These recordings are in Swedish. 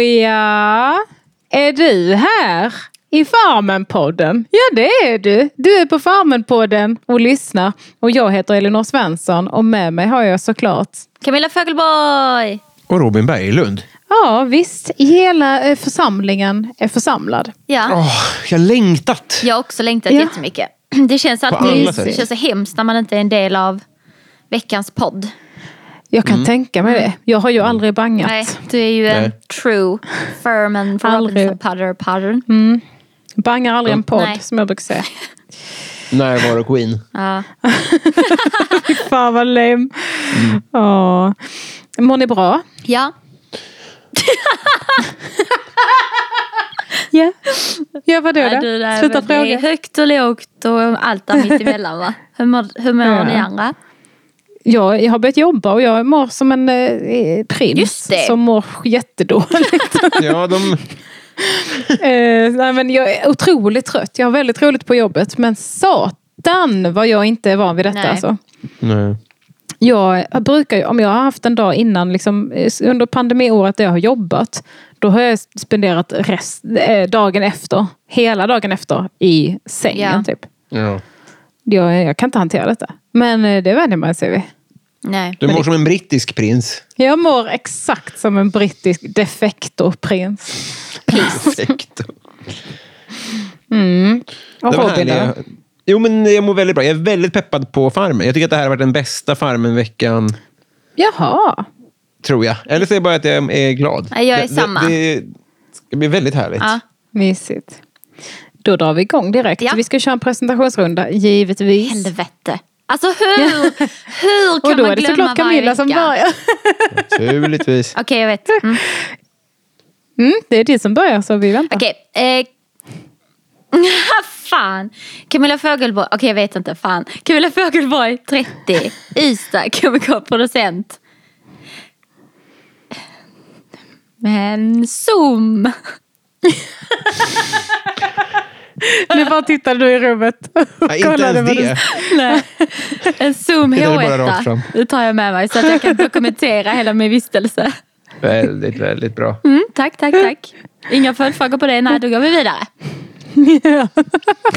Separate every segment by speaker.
Speaker 1: ja, är du här i Farmen-podden? Ja, det är du. Du är på Farmen-podden och lyssnar. Och jag heter Elinor Svensson och med mig har jag såklart
Speaker 2: Camilla Fogelborg!
Speaker 3: Och Robin Berglund.
Speaker 1: Ja, visst. Hela eh, församlingen är församlad.
Speaker 2: Ja,
Speaker 3: Åh, jag har längtat!
Speaker 2: jag har också längtat
Speaker 1: Ja.
Speaker 2: jättemycket. Det känns
Speaker 3: alla
Speaker 2: alltid
Speaker 3: sätt.
Speaker 2: det känns så hemskt när man inte är en del av veckans podd.
Speaker 1: Jag kan tänka mig det. Jag har ju aldrig bangat.
Speaker 2: Nej, du är ju en
Speaker 3: Nej.
Speaker 2: true Furman
Speaker 1: Aldrig. Mm.
Speaker 2: Robinson putter putter.
Speaker 1: Bangar aldrig en podd,
Speaker 2: Nej.
Speaker 1: som jag brukar säga.
Speaker 3: Närvaro Queen.
Speaker 2: Ja.
Speaker 1: Fan vad lame. Ja. Mår ni bra?
Speaker 2: ja,
Speaker 1: Ja. Ja, vadå
Speaker 2: Ja,
Speaker 1: då?
Speaker 2: du, det är-
Speaker 1: Sluta
Speaker 2: det är
Speaker 1: fråga.
Speaker 2: högt och lågt och allt där mittemellan va? Hur mår, hur mår
Speaker 1: Ja.
Speaker 2: ni andra?
Speaker 1: Ja, jag har börjat jobba och jag mår som en eh, prins
Speaker 2: Just det.
Speaker 1: som mår jättedåligt.
Speaker 3: Ja, de...
Speaker 1: eh, nej, men jag är otroligt trött. Jag har väldigt roligt på jobbet men satan vad jag inte är van vid detta.
Speaker 2: Nej.
Speaker 1: Alltså.
Speaker 3: Nej.
Speaker 1: Jag brukar ju, om jag har haft en dag innan, liksom, eh, under pandemiåret där jag har jobbat, då har jag spenderat rest, eh, dagen efter, hela dagen efter, i sängen.
Speaker 2: Ja.
Speaker 1: Typ.
Speaker 3: Ja.
Speaker 1: Jag, jag kan inte hantera detta. Men eh, det vänjer man sig vid.
Speaker 2: Nej.
Speaker 3: Du mår som en brittisk prins.
Speaker 1: Jag mår exakt som en brittisk defektorprins.
Speaker 3: Perfekt.
Speaker 1: Och
Speaker 3: Det var
Speaker 1: Robin då?
Speaker 3: härliga... Jo, men jag mår väldigt bra. Jag är väldigt peppad på Farmen. Jag tycker att det här har varit den bästa Farmen-veckan,
Speaker 1: Jaha.
Speaker 3: tror jag. Eller så är det bara att jag är glad.
Speaker 2: Ja, jag är
Speaker 3: Det- det-
Speaker 2: samma.
Speaker 3: Det ska bli väldigt härligt.
Speaker 2: Ja.
Speaker 1: Mysigt. Då drar vi igång direkt.
Speaker 2: Ja.
Speaker 1: Vi ska köra en presentationsrunda, givetvis.
Speaker 2: Helvete. Alltså hur, hur kan
Speaker 1: Och då
Speaker 2: man
Speaker 1: är det
Speaker 2: glömma
Speaker 1: såklart
Speaker 2: varje
Speaker 1: Camilla som
Speaker 2: vecka?
Speaker 1: börjar.
Speaker 3: Naturligtvis.
Speaker 2: Okej, jag vet. Mm.
Speaker 1: Mm, det är du som börjar, så vi väntar.
Speaker 2: Okej. Eh, fan. Camilla Fogelborg. Okej, jag vet inte. Fan. Camilla Fogelborg, 30. Ystad, komikerproducent. Men Zoom.
Speaker 1: Nu bara tittade du i rummet. och
Speaker 3: Nej, inte
Speaker 1: kollade
Speaker 3: ens
Speaker 1: vad du-
Speaker 3: det.
Speaker 2: Nej. En Zoom
Speaker 3: Det där är
Speaker 2: h
Speaker 3: bara rakt fram.
Speaker 2: Det tar jag med mig så att jag kan dokumentera hela min vistelse.
Speaker 3: Väldigt, väldigt bra.
Speaker 2: Mm, tack, tack, tack. Inga följdfrågor på det. Nej, då går vi vidare.
Speaker 1: Ja.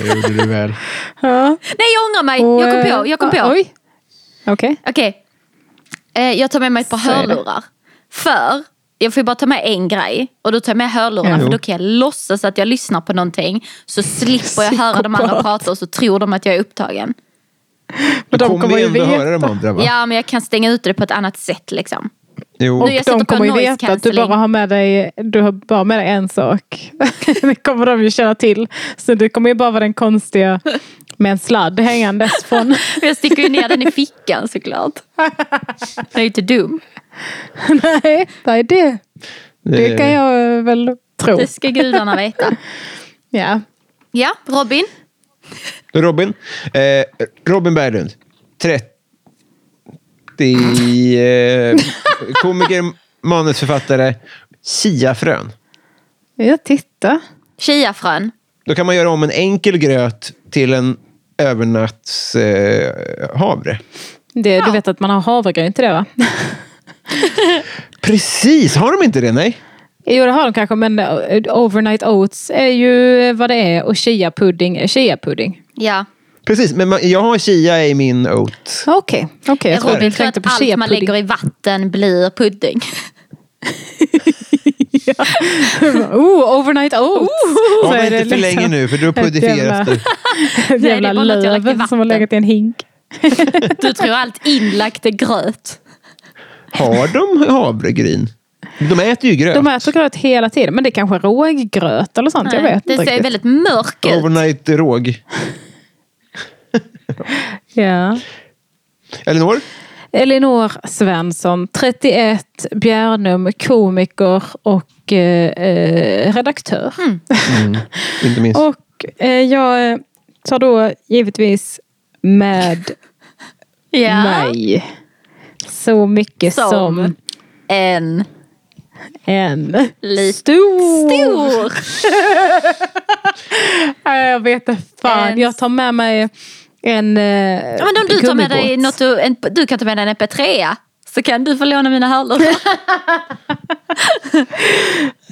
Speaker 3: Det gjorde du väl.
Speaker 1: Ja.
Speaker 2: Nej, jag ångrar mig.
Speaker 1: Och,
Speaker 2: Jag kom
Speaker 1: eh,
Speaker 2: på. Jag kom
Speaker 3: Ah,
Speaker 2: på.
Speaker 1: Oj. Okej.
Speaker 2: Okej. Eh, jag tar med mig ett par
Speaker 1: Så är det.
Speaker 2: hörlurar. För jag får ju bara ta med en grej. Och då tar jag med hörlurar
Speaker 1: Ja.
Speaker 2: för då kan jag låtsas att jag lyssnar på någonting. Så slipper jag höra de andra
Speaker 1: Psykopat.
Speaker 2: prata och så tror de att jag är upptagen.
Speaker 1: Men
Speaker 3: De kommer, ju ändå höra de andra, va?
Speaker 2: Ja men jag kan stänga ut det på ett annat sätt liksom.
Speaker 3: Jo.
Speaker 2: Nu jag
Speaker 1: Och de
Speaker 2: sätter på
Speaker 1: kommer ju
Speaker 2: noise
Speaker 1: veta att du
Speaker 2: cancelling.
Speaker 1: bara har med dig, du har bara med dig en sak. det kommer de ju känna till. Så du kommer ju bara vara den konstiga med en sladd hängandes från...
Speaker 2: Jag sticker ju ner den i fickan såklart. Jag är ju inte dum.
Speaker 1: Nej, nej det, det kan jag eh, väl tro.
Speaker 2: Det ska gudarna veta.
Speaker 1: Ja.
Speaker 2: Ja, Robin.
Speaker 3: Robin. Eh, Robin Berglund. 30... Eh, komiker, manusförfattare, chiafrön.
Speaker 1: ja, titta.
Speaker 2: Chiafrön.
Speaker 3: Då kan man göra om en enkel gröt till en övernatts eh, havre.
Speaker 1: Det,
Speaker 2: Ja.
Speaker 1: Du vet att man har havregryn till det va?
Speaker 3: Precis! Har de inte det? Nej.
Speaker 1: Jo det har de kanske men eh, overnight oats är ju eh, vad det är och chia-pudding är chia-pudding.
Speaker 2: Ja.
Speaker 3: Precis, men man, jag har chia i min oat.
Speaker 1: Okej, okay. jag trodde
Speaker 2: Robin
Speaker 1: du
Speaker 2: tror att
Speaker 1: tänkte på
Speaker 2: allt man
Speaker 1: chia-pudding.
Speaker 2: lägger i vatten blir pudding.
Speaker 1: Oh, overnight oats! Så
Speaker 3: Om
Speaker 1: är det
Speaker 3: inte för
Speaker 1: liksom
Speaker 3: länge nu, för då
Speaker 1: ett jävla-
Speaker 3: puddifieras det.
Speaker 1: Ett
Speaker 2: det är
Speaker 1: jävla
Speaker 2: bara något jag lagt i
Speaker 1: löv som har
Speaker 2: vatten.
Speaker 1: legat i en hink.
Speaker 2: Du tror allt inlagt är gröt.
Speaker 3: Har de havregryn? De äter ju gröt.
Speaker 1: De äter gröt hela tiden, men det är kanske råggröt eller sånt. jag
Speaker 2: Nej,
Speaker 1: vet
Speaker 2: det
Speaker 1: inte
Speaker 2: ser
Speaker 1: riktigt.
Speaker 2: väldigt mörk ut.
Speaker 3: Overnight råg.
Speaker 1: Ja.
Speaker 3: Elinor?
Speaker 1: Elinor Svensson, 31, Bjärnum, komiker och eh, eh, redaktör.
Speaker 2: Mm.
Speaker 3: Inte minst.
Speaker 1: Och eh, jag eh, tar då givetvis med
Speaker 2: Ja.
Speaker 1: mig så mycket
Speaker 2: Som.
Speaker 1: som,
Speaker 2: En
Speaker 1: en
Speaker 2: Liten
Speaker 1: stor.
Speaker 2: stor.
Speaker 1: Nej, Jag vet inte
Speaker 2: En-
Speaker 1: fan. Jag tar med mig en eh,
Speaker 2: Ja, men om du tar med dig
Speaker 1: gummibåt.
Speaker 2: något du, en, du kan ta med dig en mp 3 så kan du få låna mina hörlurar.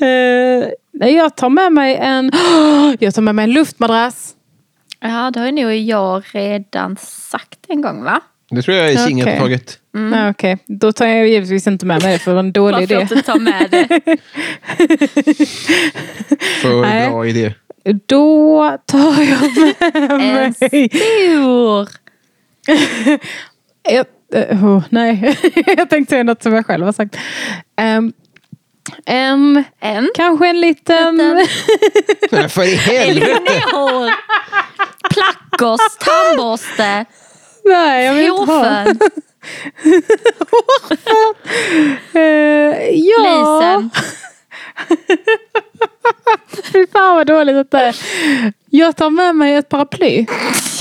Speaker 1: Eh, nej, jag tar med mig en, jag tar med mig en luftmadrass.
Speaker 2: Ja, det har ju nog jag redan sagt en gång va?
Speaker 3: Det tror jag är
Speaker 1: Okej.
Speaker 3: singeltaget.
Speaker 1: Nej, okej. Då tar jag givetvis inte med mig det för det var en dålig
Speaker 2: Man får
Speaker 1: idé.
Speaker 2: inte ta med det.
Speaker 3: För
Speaker 1: Nej.
Speaker 3: bra idé.
Speaker 1: Då tar jag med
Speaker 2: En
Speaker 1: mig...
Speaker 2: stor.
Speaker 1: Jag, eh, oh, nej, jag tänkte säga något som jag själv har sagt. Ehm, en,
Speaker 2: En.
Speaker 1: kanske en liten...
Speaker 3: Nej, för i helvete!
Speaker 2: Elinor. Plackos, tandborste,
Speaker 1: nej, jag vill inte ha.
Speaker 2: hårfön,
Speaker 1: Eh, ja.
Speaker 2: lisen.
Speaker 1: Fy fan vad dåligt detta är. Jag tar med mig ett paraply.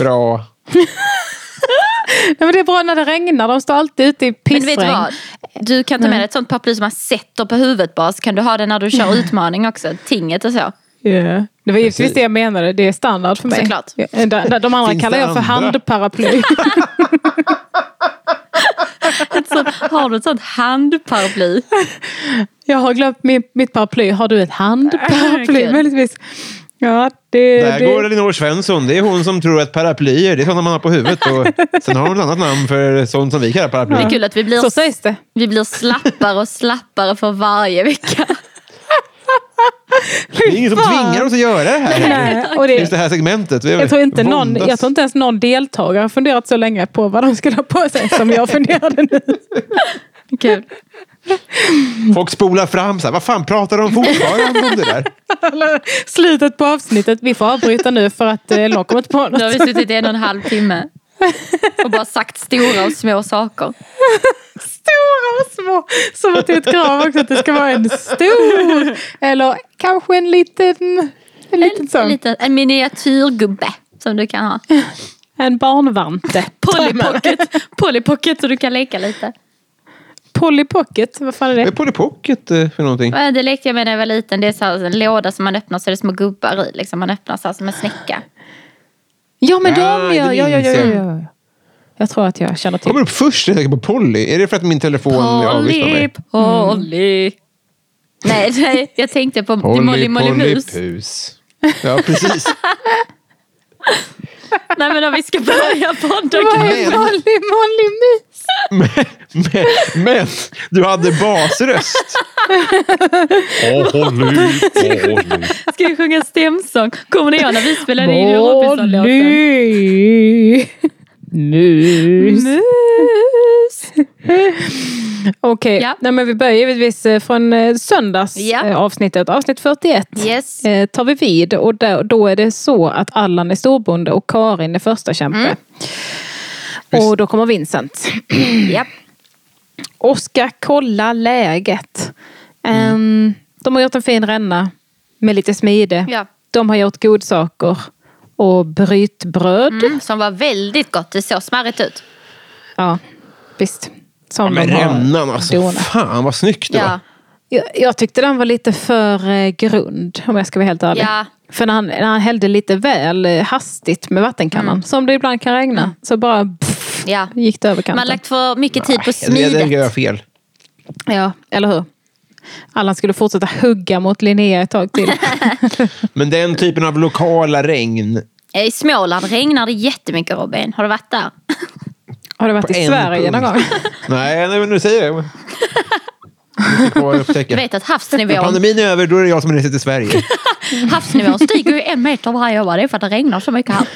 Speaker 3: Bra.
Speaker 1: Nej, men det är bra när det regnar. De står alltid ute i
Speaker 2: Men vet du
Speaker 1: pissregn.
Speaker 2: vad? Du kan ta med dig ett sånt paraply som man sätter på huvudet bara. Så kan du ha det när du kör utmaning också. Tinget och så.
Speaker 1: Ja. Det var givetvis det jag menade. Det är standard för mig.
Speaker 2: Såklart.
Speaker 1: Ja, de- de- De andra
Speaker 3: Finns
Speaker 1: kallar
Speaker 3: det
Speaker 1: jag för
Speaker 3: andra?
Speaker 1: handparaply.
Speaker 2: Ett sånt, har du ett sånt handparaply?
Speaker 1: Jag har glömt min, mitt paraply. Har du ett handparaply?
Speaker 2: Kul.
Speaker 1: Möjligtvis. Ja, det...
Speaker 3: Där
Speaker 1: det...
Speaker 3: går Elinor Svensson. Det är hon som tror att paraplyer, det är sådana man har på huvudet. Och sen har hon ett annat namn för sånt som vi kallar paraply.
Speaker 2: Det är kul att vi blir,
Speaker 1: Så sägs det.
Speaker 2: vi blir slappare och slappare för varje vecka.
Speaker 3: Det är ingen som tvingar oss att göra det här.
Speaker 1: Nej, och det,
Speaker 3: Just det här segmentet. Vi har
Speaker 1: jag, tror inte någon,
Speaker 3: våndats.
Speaker 1: jag tror inte ens någon deltagare har funderat så länge på vad de skulle ha på sig som jag funderade nu.
Speaker 2: Kul.
Speaker 3: Folk spolar fram så här, vad fan pratar de fortfarande om det där?
Speaker 1: Eller Slutet på avsnittet. Vi får avbryta nu för att eh, Elinor kommer inte på
Speaker 2: Nu har vi
Speaker 1: något.
Speaker 2: suttit i en och en halv timme och bara sagt stora och små saker.
Speaker 1: Stora och små. Som att det är ett krav också att det ska vara en stor. Eller kanske en liten. En liten
Speaker 2: En,
Speaker 1: sån.
Speaker 2: liten, en miniatyrgubbe som du kan ha.
Speaker 1: En barnvante.
Speaker 2: Polly pocket, Polly pocket så du kan leka lite.
Speaker 1: Polly Pocket. Vad fan är
Speaker 3: Vad
Speaker 1: det?
Speaker 3: är Polly Pocket eh, för någonting?
Speaker 2: Ja, Det lekte jag med när jag var liten. Det är så här alltså, en låda som man öppnar så är det små gubbar i. Liksom. Man öppnar så här som en snäcka.
Speaker 1: Ja men de
Speaker 3: Ah,
Speaker 1: ja, ja,
Speaker 3: det
Speaker 1: ja, ja,
Speaker 3: minns
Speaker 1: ja,
Speaker 3: jag.
Speaker 1: ja. Jag tror att jag känner till.
Speaker 3: Kommer upp först när jag tänker på Polly? Är det för att min telefon är avlyssnar
Speaker 2: Polly,
Speaker 3: mig?
Speaker 2: Polly. Nej, nej, jag tänkte på Molly Molly Mus.
Speaker 3: Pus. Ja, precis.
Speaker 2: Nej men om vi ska börja podda
Speaker 1: Vad
Speaker 2: kan
Speaker 1: är Molly Molly Mus?
Speaker 3: Men, men, men du hade basröst.
Speaker 2: Ska vi sjunga stämsång? Kommer ni ihåg när vi spelade in Robinson-låten?
Speaker 1: Molly Mus.
Speaker 2: Mus.
Speaker 1: Okej,
Speaker 2: Ja.
Speaker 1: Nej, men vi börjar givetvis eh, från eh, söndags
Speaker 2: Ja.
Speaker 1: eh, avsnittet. Avsnitt 41
Speaker 2: Yes.
Speaker 1: eh, tar vi vid och där, då är det så att Allan är storbonde och Karin är första kämpe.
Speaker 2: Mm.
Speaker 1: Och då kommer Vincent.
Speaker 2: Japp.
Speaker 1: Oskar kolla läget.
Speaker 3: Mm.
Speaker 1: Ehm, de har gjort en fin ränna med lite smide.
Speaker 2: Ja.
Speaker 1: De har gjort godsaker och brytbröd.
Speaker 2: Mm, som var väldigt gott. Det såg smarrigt ut.
Speaker 1: Ja, visst. Som
Speaker 3: Men
Speaker 1: de har
Speaker 3: rännan alltså.
Speaker 1: donat.
Speaker 3: Fan vad snyggt det var.
Speaker 2: Ja.
Speaker 1: Jag, jag tyckte den var lite för eh, grund om jag ska vara helt ärlig.
Speaker 2: Ja.
Speaker 1: För när han, när han hällde lite väl eh, hastigt med vattenkannan, som det ibland kan regna, så bara pff,
Speaker 2: Mm. Ja.
Speaker 1: gick det över
Speaker 2: Man har
Speaker 1: kanten.
Speaker 2: lagt för mycket tid på
Speaker 3: Nej, Det, det gör
Speaker 2: smidet.
Speaker 3: jag fel.
Speaker 1: Ja, eller hur? Allan skulle fortsätta hugga mot Linnea ett tag till.
Speaker 3: Men den typen av lokala regn
Speaker 2: Eh, I Småland regnar det jättemycket Robin. Har du varit där?
Speaker 1: Har du varit
Speaker 3: på
Speaker 1: i
Speaker 3: en
Speaker 1: Sverige
Speaker 3: punkt.
Speaker 1: någon gång?
Speaker 3: Nej, nej, men nu säger jag. Det är kvar att
Speaker 2: Du
Speaker 3: upptäcka.
Speaker 2: vet att
Speaker 3: När
Speaker 2: havsnivån,
Speaker 3: pandemin är över, då är det jag som reser till Sverige.
Speaker 2: havsnivån stiger ju en meter varje år. Det är för att det regnar så mycket här.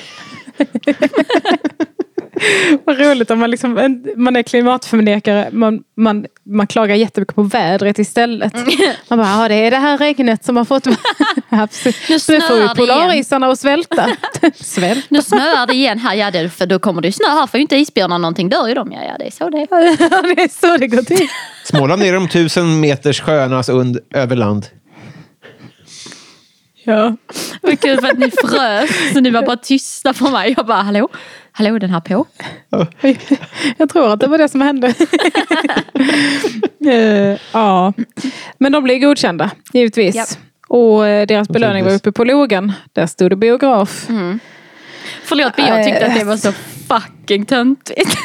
Speaker 1: Vad roligt om man, liksom, en- man är klimatförnekare. Man, man, man klagar jättemycket på vädret istället.
Speaker 2: Mm.
Speaker 1: Man bara, ja det är det här regnet som har fått... Absolut.
Speaker 2: Nu
Speaker 1: nu
Speaker 2: snöar
Speaker 1: får
Speaker 2: det
Speaker 1: ju
Speaker 2: igen.
Speaker 1: polarisarna att svälta. Svält.
Speaker 2: Nu snöar det igen här. Ja, det, för då kommer det ju snö här. Får ju inte isbjörnar någonting. Dör ju de. Ja, ja, det är så det är.
Speaker 1: Ja, det är så det går till.
Speaker 3: Småland är de tusen meters sjöarnas und över land.
Speaker 1: Ja.
Speaker 2: Vad kul för att ni frös. Så ni var bara tysta på mig. Jag bara, hallå? Hallå, är den här på?
Speaker 1: Jag tror att det var det som hände. Eh, ja. Men de blev godkända, givetvis.
Speaker 2: Ja.
Speaker 1: Och eh, deras belöning var uppe på logen. Där stod det biograf.
Speaker 2: Förlåt, men jag tyckte att det var så fucking töntigt.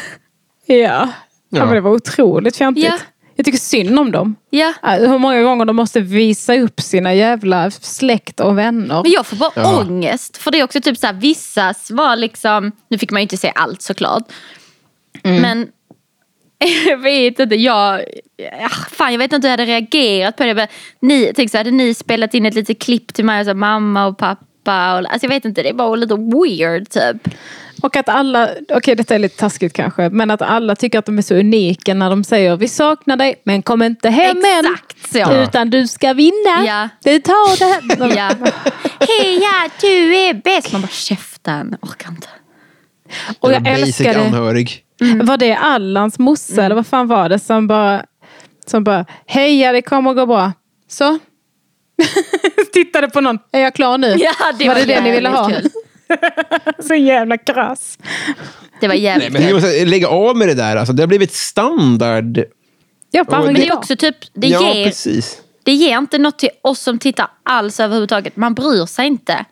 Speaker 1: Ja. Ja. men det var otroligt fjantigt.
Speaker 2: Ja.
Speaker 1: Jag tycker synd om dem.
Speaker 2: Ja.
Speaker 1: Äh, Hur många gånger de måste visa upp sina jävla släkt och vänner.
Speaker 2: Men jag får bara
Speaker 3: Ja.
Speaker 2: ångest. För det är också typ så här, vissas var liksom, nu fick man ju inte se allt såklart. Men jag vet inte, jag, ah, fan jag vet inte hur jag hade reagerat på det. Men ni, tänk så hade ni spelat in ett litet klipp till mig och så här, mamma och pappa. Och, alltså jag vet inte, det är bara lite weird typ.
Speaker 1: Och att alla, okej detta är lite taskigt kanske, men att alla tycker att de är så unika när de säger vi saknar dig men kom inte hem än.
Speaker 2: Exakt så.
Speaker 1: Utan du ska vinna.
Speaker 2: Ja.
Speaker 1: Du tar det här.
Speaker 2: Ja. Heja, du är bäst! Man bara käften, orkar inte.
Speaker 1: Och
Speaker 3: Eller
Speaker 1: jag
Speaker 3: basic
Speaker 1: älskar det. Mm.
Speaker 3: anhörig.
Speaker 1: Var det Allans morsa
Speaker 2: Mm.
Speaker 1: eller vad fan var det som bara, som bara heja det kommer gå bra. Så. Tittade på någon, är jag klar nu?
Speaker 2: Ja, det
Speaker 1: var,
Speaker 2: var
Speaker 1: det det ni ville ha?
Speaker 2: jävligt
Speaker 1: så jävla krass.
Speaker 2: Det var
Speaker 3: Nej,
Speaker 2: jävligt
Speaker 3: men vi
Speaker 2: kul.
Speaker 3: måste lägga av med det där. Alltså, det har blivit standard.
Speaker 1: Ja, fan,
Speaker 3: Och
Speaker 1: men
Speaker 2: Men det är
Speaker 1: idag.
Speaker 2: också typ, det
Speaker 3: ja,
Speaker 2: ger
Speaker 3: precis.
Speaker 2: Det ger inte något till oss som tittar alls överhuvudtaget. Man bryr sig inte.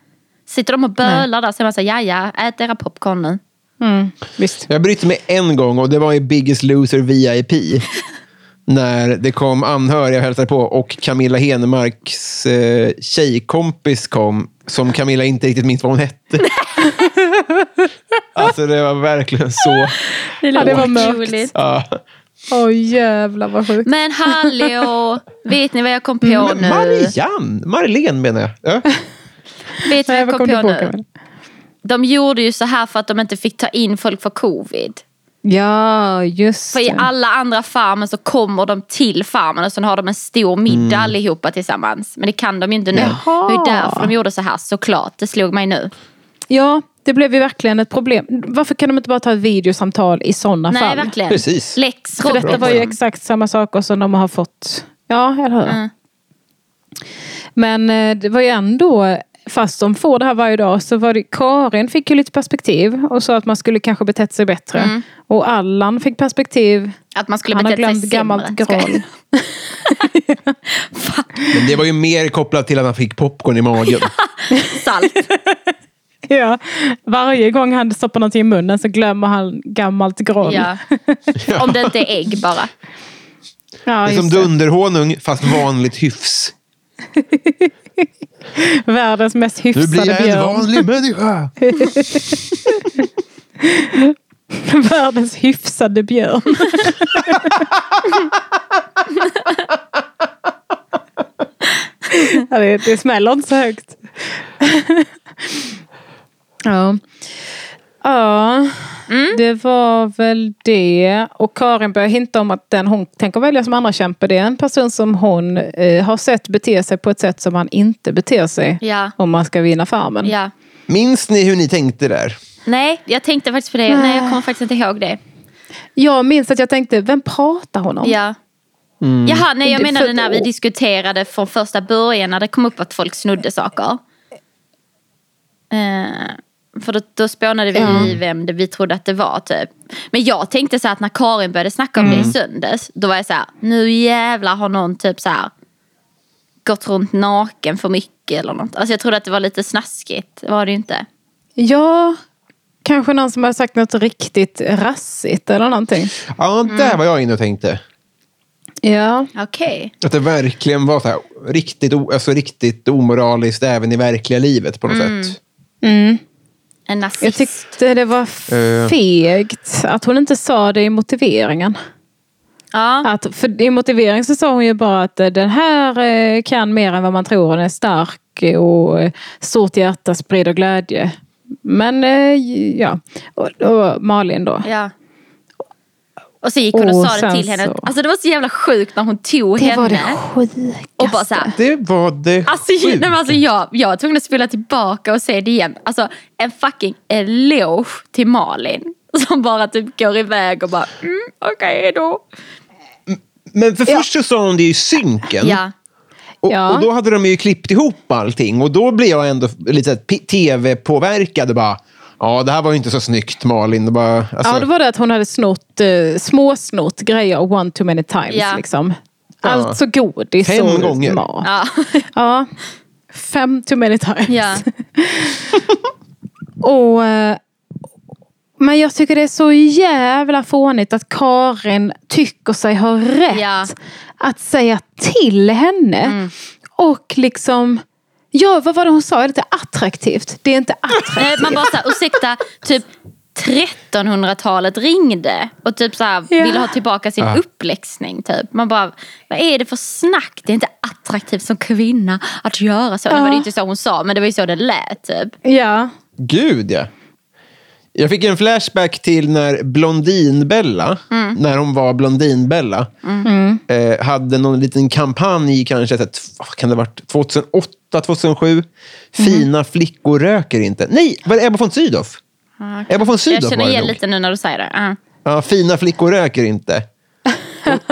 Speaker 2: Sitter de och bölar där så är man såhär, ja ja, ät era popcorn nu.
Speaker 1: Mm, visst.
Speaker 3: Jag brytte mig en gång och det var i Biggest Loser VIP. när det kom anhöriga och hälsade på och Camilla Henemarks eh, tjejkompis kom. Som Camilla inte riktigt minns vad hon hette. alltså det var verkligen så.
Speaker 1: Ja, det var
Speaker 2: Otroligt.
Speaker 1: mörkt.
Speaker 3: Ja.
Speaker 1: Åh jävlar vad sjukt.
Speaker 2: Men hallå, vet ni vad jag kom på nu?
Speaker 3: Marianne! Marlene menar jag. Ja.
Speaker 2: Vet ni vad
Speaker 1: Nej,
Speaker 2: jag
Speaker 1: vad
Speaker 2: kom,
Speaker 1: kom du
Speaker 2: på,
Speaker 1: på
Speaker 2: nu?
Speaker 1: Camilla?
Speaker 2: De gjorde ju så här för att de inte fick ta in folk för covid.
Speaker 1: Ja, just
Speaker 2: För i
Speaker 1: det.
Speaker 2: alla andra farmen så kommer de till farmen och sen har de en stor middag allihopa tillsammans. Men det kan de ju inte nu.
Speaker 1: Mm. Jaha.
Speaker 2: Det är därför de gjorde så här såklart. Det slog mig nu.
Speaker 1: Ja, det blev ju verkligen ett problem. Varför kan de inte bara ta ett videosamtal i sådana
Speaker 2: Nej
Speaker 1: fall?
Speaker 2: verkligen.
Speaker 3: Precis.
Speaker 2: Lex
Speaker 1: För detta
Speaker 2: Robinson.
Speaker 1: var ju exakt samma saker som de har fått. Ja, eller hur?
Speaker 2: Mm.
Speaker 1: Men eh, det var ju ändå, fast de får det här varje dag, så var det Karin fick ju lite perspektiv och sa att man skulle kanske betett sig bättre. Och Allan fick perspektiv.
Speaker 2: Mm. Att man skulle
Speaker 1: Han har
Speaker 2: betett sig
Speaker 1: glömt
Speaker 2: sämre.
Speaker 1: gammalt
Speaker 2: Ska jag-
Speaker 1: groll.
Speaker 3: Men det var ju mer kopplat till att han fick popcorn i magen.
Speaker 2: Salt.
Speaker 1: Ja. Varje gång han stoppar någonting i munnen så glömmer han gammalt groll.
Speaker 2: Ja. Om det inte är ägg bara.
Speaker 1: Ja,
Speaker 3: det är som
Speaker 1: just det.
Speaker 3: dunderhonung fast vanligt hyfs.
Speaker 1: Världens mest
Speaker 3: Nu
Speaker 1: hyfsade
Speaker 3: blir jag en
Speaker 1: björn.
Speaker 3: vanlig människa.
Speaker 1: Världens hyfsade björn. ja, det, det smäller inte så högt. ja. Ja,
Speaker 2: Mm.
Speaker 1: det var väl det. Och Karin börjar hinta om att den hon tänker välja som andra kämpe, det är en person som hon eh, har sett bete sig på ett sätt som han inte beter sig
Speaker 2: Ja.
Speaker 1: om man ska vinna Farmen.
Speaker 2: Ja.
Speaker 3: Minns ni hur ni tänkte där?
Speaker 2: Nej, jag tänkte faktiskt på det. Nej, jag kommer faktiskt inte ihåg det.
Speaker 1: Jag minns att jag tänkte, vem pratar hon om?
Speaker 2: Ja. Jaha, nej jag
Speaker 1: Det-
Speaker 2: menade
Speaker 1: för-
Speaker 2: när vi diskuterade från första början när det kom upp att folk snodde saker. Eh, för då, då spånade vi i vem det vi trodde att det var typ. Men jag tänkte så här att när Karin började snacka om
Speaker 1: Mm.
Speaker 2: det i söndags. Då var jag så här, nu jävlar har någon typ så här gått runt naken för mycket eller något. Alltså jag trodde att det var lite snaskigt. Det var det ju inte.
Speaker 1: Ja, kanske någon som har sagt något riktigt rassigt eller någonting.
Speaker 3: Ja,
Speaker 2: Mm.
Speaker 3: där var jag inne och tänkte.
Speaker 1: Ja,
Speaker 2: Okej.
Speaker 3: Att det verkligen var så här, riktigt, o- alltså, riktigt omoraliskt även i verkliga livet på något
Speaker 2: Mm.
Speaker 3: sätt.
Speaker 2: En
Speaker 1: jag
Speaker 2: nazist.
Speaker 1: tyckte det var
Speaker 3: Eh.
Speaker 1: fegt att hon inte sa det i motiveringen.
Speaker 2: Ja.
Speaker 1: Att, för I motiveringen så sa hon ju bara att eh, den här eh, kan mer än vad man tror. Den är stark och eh, stort hjärta, sprider glädje. Men eh, ja, och, och Malin då.
Speaker 2: ja. Och så gick hon och,
Speaker 1: Och
Speaker 2: sa det
Speaker 1: sen
Speaker 2: till henne.
Speaker 1: så-
Speaker 2: Alltså det var så jävla sjukt när hon tog
Speaker 1: Det
Speaker 2: henne.
Speaker 1: var det sjukaste.
Speaker 2: och bara så här.
Speaker 3: Det var det
Speaker 2: Alltså, ju- nej, men alltså jag, jag var tvungen att spela tillbaka och se det igen. Alltså en fucking eloge till Malin. Som bara typ går iväg och bara mm, okej då.
Speaker 3: Men för först så sa hon det i synken.
Speaker 2: alltså- Ja.
Speaker 3: Och,
Speaker 1: Ja.
Speaker 3: och då hade de ju klippt ihop allting. Och då blev jag ändå lite så här p- tv-påverkad och bara, ja det här var ju inte så snyggt Malin. Det bara, alltså,
Speaker 1: Ja, det var det att hon hade snott, eh, småsnott grejer one too many times.
Speaker 2: Ja.
Speaker 1: Liksom. Alltså godis
Speaker 3: Fem
Speaker 1: och
Speaker 3: gånger.
Speaker 1: mat.
Speaker 2: Ja.
Speaker 1: Ja. Fem too many times.
Speaker 2: Ja.
Speaker 1: och, eh, Men jag tycker det är så jävla fånigt att Karin tycker sig ha rätt
Speaker 2: Ja. Mm.
Speaker 1: att säga till henne. Och liksom, ja vad var det hon sa? Är det inte attraktivt? Det är inte
Speaker 2: Nej,
Speaker 1: attraktivt.
Speaker 2: Eh, man bara såhär, ursäkta, typ 1300-talet ringde och typ såhär,
Speaker 1: Ja.
Speaker 2: ville ha tillbaka sin
Speaker 3: Ja.
Speaker 2: uppläxning. Typ. Man bara, vad är det för snack? Det är inte attraktivt som kvinna att göra så. Det var
Speaker 1: Ja.
Speaker 2: ju inte så hon sa, men det var ju så det lät. Typ.
Speaker 1: ja.
Speaker 3: Gud, ja. Jag fick en flashback till när Blondinbella, när hon var Blondinbella, eh, hade någon liten kampanj, kanske så här, t- vad kan det ha varit 2008, 2007. Fina flickor röker inte. Nej, var det Ebba von Sydow?
Speaker 1: Ah,
Speaker 3: Ebba von Sydow
Speaker 2: Jag känner
Speaker 3: var det
Speaker 2: igen
Speaker 3: nog.
Speaker 2: lite nu när du säger det. Ah. Ja.
Speaker 3: Ja, fina flickor röker inte.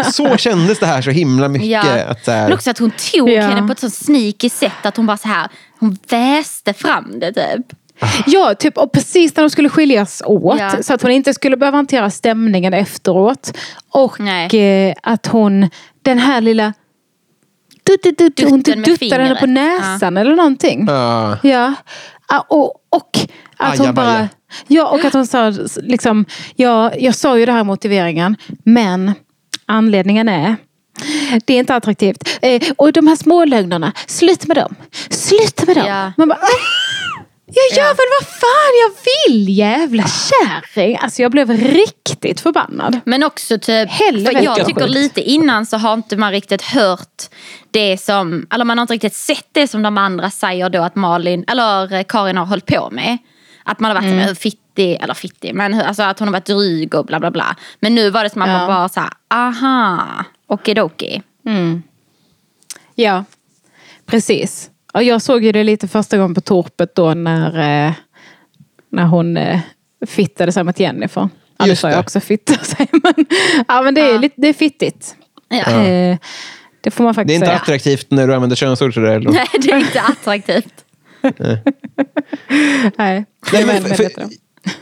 Speaker 3: Och så kändes det här så himla mycket. Att eh, så här,
Speaker 2: Men också att hon tog
Speaker 1: Ja.
Speaker 2: henne på ett sånt sneaky sätt att hon bara så här, hon väste fram det typ.
Speaker 1: Ja, typ, och precis när de skulle skiljas åt.
Speaker 2: Ja.
Speaker 1: Så att hon inte skulle behöva hantera stämningen efteråt. Och
Speaker 2: Nej.
Speaker 1: eh, att hon, den här lilla... Dut, dut, dut,
Speaker 2: Dutten
Speaker 1: hon typ
Speaker 2: med
Speaker 1: duttade henne på
Speaker 2: fingret.
Speaker 1: näsan eller någonting.
Speaker 3: ja.
Speaker 1: Ja. Ah, Och, och att
Speaker 3: Aja,
Speaker 1: hon bara...
Speaker 3: baja.
Speaker 1: Ja, och att hon sa liksom... Ja, jag sa ju det här i motiveringen, men anledningen är... Det är inte attraktivt. Eh, och de här små lögnerna, sluta med dem. Sluta med dem.
Speaker 2: Ja.
Speaker 1: Man bara, "Ah! jag gör väl vad fan jag vill, jävla kärring. Alltså jag blev riktigt förbannad.
Speaker 2: Men också typ,
Speaker 1: Helvete,
Speaker 2: för jag
Speaker 1: vad
Speaker 2: tycker
Speaker 1: sjukt.
Speaker 2: lite innan så har inte man riktigt hört det som, eller man har inte riktigt sett det som de andra säger då att Malin, eller eh, Karin har hållit på med. Att man har varit mm. fittig, eller fittig, men hur- alltså att hon har varit dryg och bla bla bla. Men nu var det som att man
Speaker 1: Ja.
Speaker 2: bara såhär, aha, okidoki.
Speaker 1: Ja, precis. Och jag såg ju det lite första gången på torpet då när, eh, när hon eh, fittade sig mot Jennifer. Ja, det
Speaker 3: Just
Speaker 1: sa jag
Speaker 3: det.
Speaker 1: också, fitta sig. Men, ja, men det är,
Speaker 2: Ja.
Speaker 1: lite, det är fittigt.
Speaker 2: Ja.
Speaker 1: Eh, det får man
Speaker 3: Det är
Speaker 1: faktiskt
Speaker 3: inte
Speaker 1: säga.
Speaker 3: attraktivt när du använder könsord sådär. eller?
Speaker 2: Nej, det är inte attraktivt.
Speaker 1: Nej,
Speaker 3: Nej,
Speaker 1: jag är väl
Speaker 3: men för,
Speaker 1: medveten om.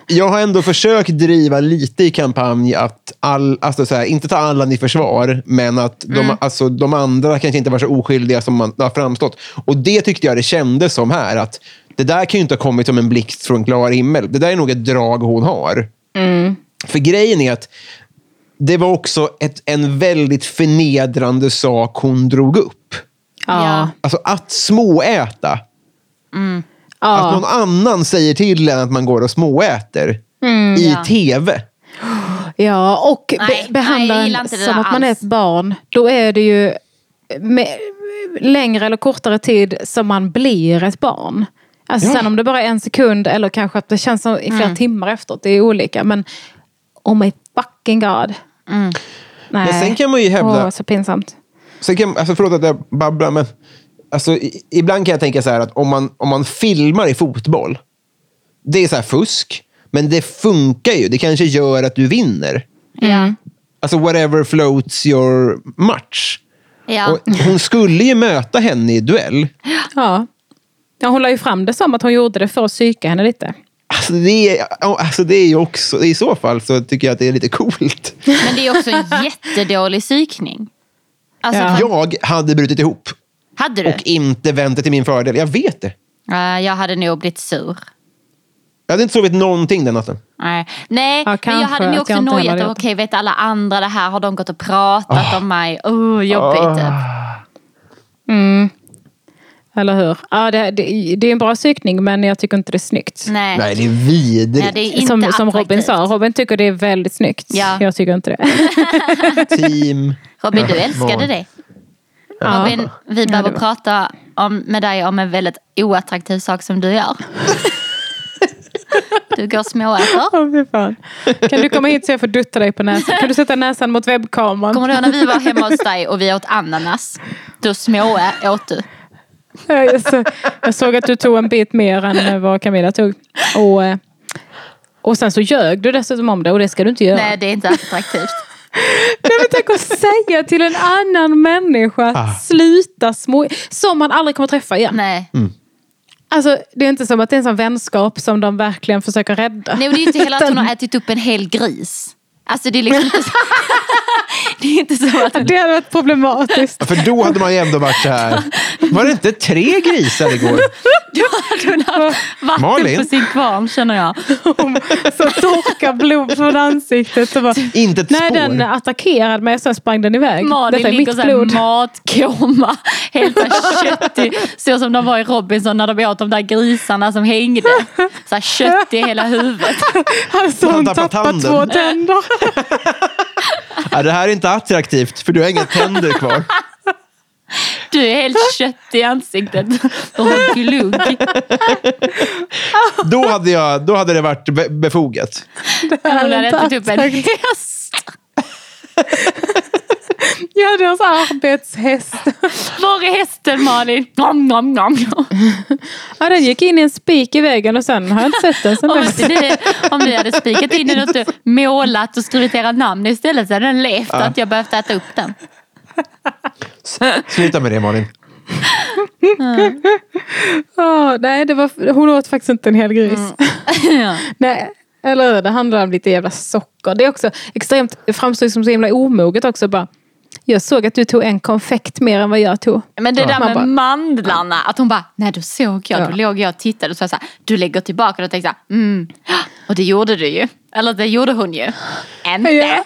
Speaker 3: jag har ändå försökt driva lite i kampanj att all, alltså så här, inte ta alla i försvar, men att de, alltså, de andra kanske inte var så oskyldiga som man det har framstått. Och det tyckte jag det kändes som här. att Det där kan ju inte ha kommit som en blixt från klar himmel. Det där är nog ett drag hon har.
Speaker 1: Mm.
Speaker 3: För grejen är att det var också ett, en väldigt förnedrande sak hon drog upp.
Speaker 1: ja.
Speaker 3: Alltså att småäta.
Speaker 2: Mm.
Speaker 3: Att
Speaker 1: Ja.
Speaker 3: någon annan säger till en att man går och småäter i
Speaker 2: ja.
Speaker 3: tv.
Speaker 1: ja, och
Speaker 2: Nej,
Speaker 1: be- behandla
Speaker 2: nej, jag
Speaker 1: en
Speaker 2: gillar inte det
Speaker 1: som
Speaker 2: där
Speaker 1: att man är ett
Speaker 2: alls.
Speaker 1: barn. Då är det ju eh, med, längre eller kortare tid som man blir ett barn. Alltså
Speaker 3: Ja.
Speaker 1: Sen om det bara är en sekund eller kanske att det känns som i flera timmar efteråt. Det är olika. Men oh my fucking god. Mm. Nej.
Speaker 3: Men sen kan man ju hävda...
Speaker 1: Åh, så pinsamt.
Speaker 3: Sen kan, alltså förlåt att jag babblar, men alltså, i, ibland kan jag tänka så här att om man, om man filmar i fotboll, det är så här fusk, men det funkar ju. Det kanske gör att du vinner.
Speaker 2: Ja.
Speaker 3: Alltså whatever floats your match.
Speaker 2: Ja.
Speaker 3: Och hon skulle ju möta henne i duell.
Speaker 1: Ja. Ja, hon la ju fram det som att hon gjorde det för att psyka henne lite.
Speaker 3: Alltså det, är, ja, alltså det är ju också, i så fall så tycker jag att det är lite coolt.
Speaker 2: Men det är också en jättedålig psykning. Alltså,
Speaker 1: Ja.
Speaker 2: för-
Speaker 3: Jag hade brutit ihop
Speaker 2: Hade du?
Speaker 3: och inte vänt det till min fördel. Jag vet det.
Speaker 2: Ja, jag hade nog blivit sur.
Speaker 3: Jag hade inte sovit någonting den natten.
Speaker 2: Nej,
Speaker 1: Ja,
Speaker 2: Nej men jag
Speaker 1: kanske
Speaker 2: hade nog
Speaker 1: att
Speaker 2: också
Speaker 1: jag inte heller
Speaker 2: nojat
Speaker 1: hade
Speaker 2: över,
Speaker 1: gjort det.
Speaker 2: okej vet alla andra det här, har de gått och pratat
Speaker 3: Ah.
Speaker 2: om mig? Oh, jobbigt. typ.
Speaker 1: Eller hur? Ja, det, det, det är en bra psykning men jag tycker inte det är snyggt.
Speaker 2: Nej.
Speaker 3: Nej, det är vidrigt.
Speaker 2: Nej, det är inte
Speaker 1: Som, som Robin
Speaker 2: attraktivt.
Speaker 1: sa, Robin tycker det är väldigt snyggt.
Speaker 2: Ja.
Speaker 1: Jag tycker inte det.
Speaker 3: Team.
Speaker 2: Robin, du
Speaker 3: Ja,
Speaker 2: älskade
Speaker 3: barn.
Speaker 2: det.
Speaker 1: Ja.
Speaker 2: Robin, vi behöver
Speaker 1: var-
Speaker 2: prata om, med dig om en väldigt oattraktiv sak som du gör. du går och småäter.
Speaker 1: Åh, fy fan. Kan du komma hit så jag får dutta dig på näsan? Kan du sätta näsan mot webbkameran?
Speaker 2: Kommer du ihåg när vi var hemma hos dig och vi åt ananas? Då smååt du.
Speaker 1: jag, så, jag såg att du tog en bit mer än eh, vad Camilla tog. Och, eh, och sen så ljög du dessutom om det och det ska du inte göra.
Speaker 2: Nej, det är inte attraktivt.
Speaker 1: Nej, men tänk att säga till en annan människa
Speaker 3: Ah.
Speaker 1: sluta små... Som man aldrig kommer träffa igen.
Speaker 2: Nej.
Speaker 1: Alltså, det är inte som att det är en sån vänskap som de verkligen försöker rädda.
Speaker 2: Nej, och det är ju inte heller att hon har ätit upp en hel gris. Alltså det är liksom inte så... Det är inte så att...
Speaker 1: Det hade varit problematiskt.
Speaker 3: Ja, För då hade man ju ändå varit så här. Var det inte tre grisar igår?
Speaker 2: Då hade hon haft vatten
Speaker 3: Malin?
Speaker 2: på sin kvarn känner jag.
Speaker 1: Så torkar blod från ansiktet. Och bara,
Speaker 3: Inte ett
Speaker 1: nej,
Speaker 3: spår.
Speaker 1: den attackerade mig och sen sprang den iväg.
Speaker 2: Malin
Speaker 1: Detta är
Speaker 2: ligger
Speaker 1: mitt
Speaker 2: såhär
Speaker 1: blod.
Speaker 2: matkoma. Helt såhär köttig. Så som de var i Robinson när de åt de där grisarna som hängde. Såhär köttig i hela huvudet.
Speaker 1: Alltså
Speaker 3: Han
Speaker 1: hon
Speaker 3: tappar
Speaker 1: tappar
Speaker 3: tanden.
Speaker 1: två tänder.
Speaker 3: Ja, det här är inte attraktivt, för du har inga tänder kvar.
Speaker 2: Du är helt köttig i ansiktet. Och har glugg.
Speaker 3: Då hade, jag, då hade det varit be- befogat.
Speaker 2: Hon
Speaker 1: är
Speaker 2: hade
Speaker 1: inte
Speaker 2: ätit upp en
Speaker 1: attraktivt.
Speaker 2: häst.
Speaker 1: Jag hade hans arbetshäst.
Speaker 2: Var är hästen Malin? Nom, nom, nom. nom.
Speaker 1: Ja, den gick in i en spik i väggen och sen har jag inte sett den sen
Speaker 2: Om,
Speaker 1: dess.
Speaker 2: inte ni, om ni hade spikat in den och inte målat och skrivit era namn istället så hade den levt. och Att jag behövt äta upp den.
Speaker 3: Sluta med det, Malin.
Speaker 1: Ja, nej, det var, hon åt faktiskt inte en hel gris.
Speaker 2: Mm. Ja.
Speaker 1: Nej, eller hur? Det handlar om lite jävla socker. Det är också extremt, det framstår som så himla omoget också. Bara, jag såg att du tog en konfekt mer än vad jag tog.
Speaker 2: Men det där
Speaker 1: Man
Speaker 2: med
Speaker 1: bara-
Speaker 2: mandlarna, att hon bara, nej då såg jag, då
Speaker 1: Ja.
Speaker 2: låg jag och tittade och så så här, du lägger tillbaka och då tänkte jag, mm, och det gjorde du ju. Eller det gjorde hon ju. Inte.
Speaker 1: Ja.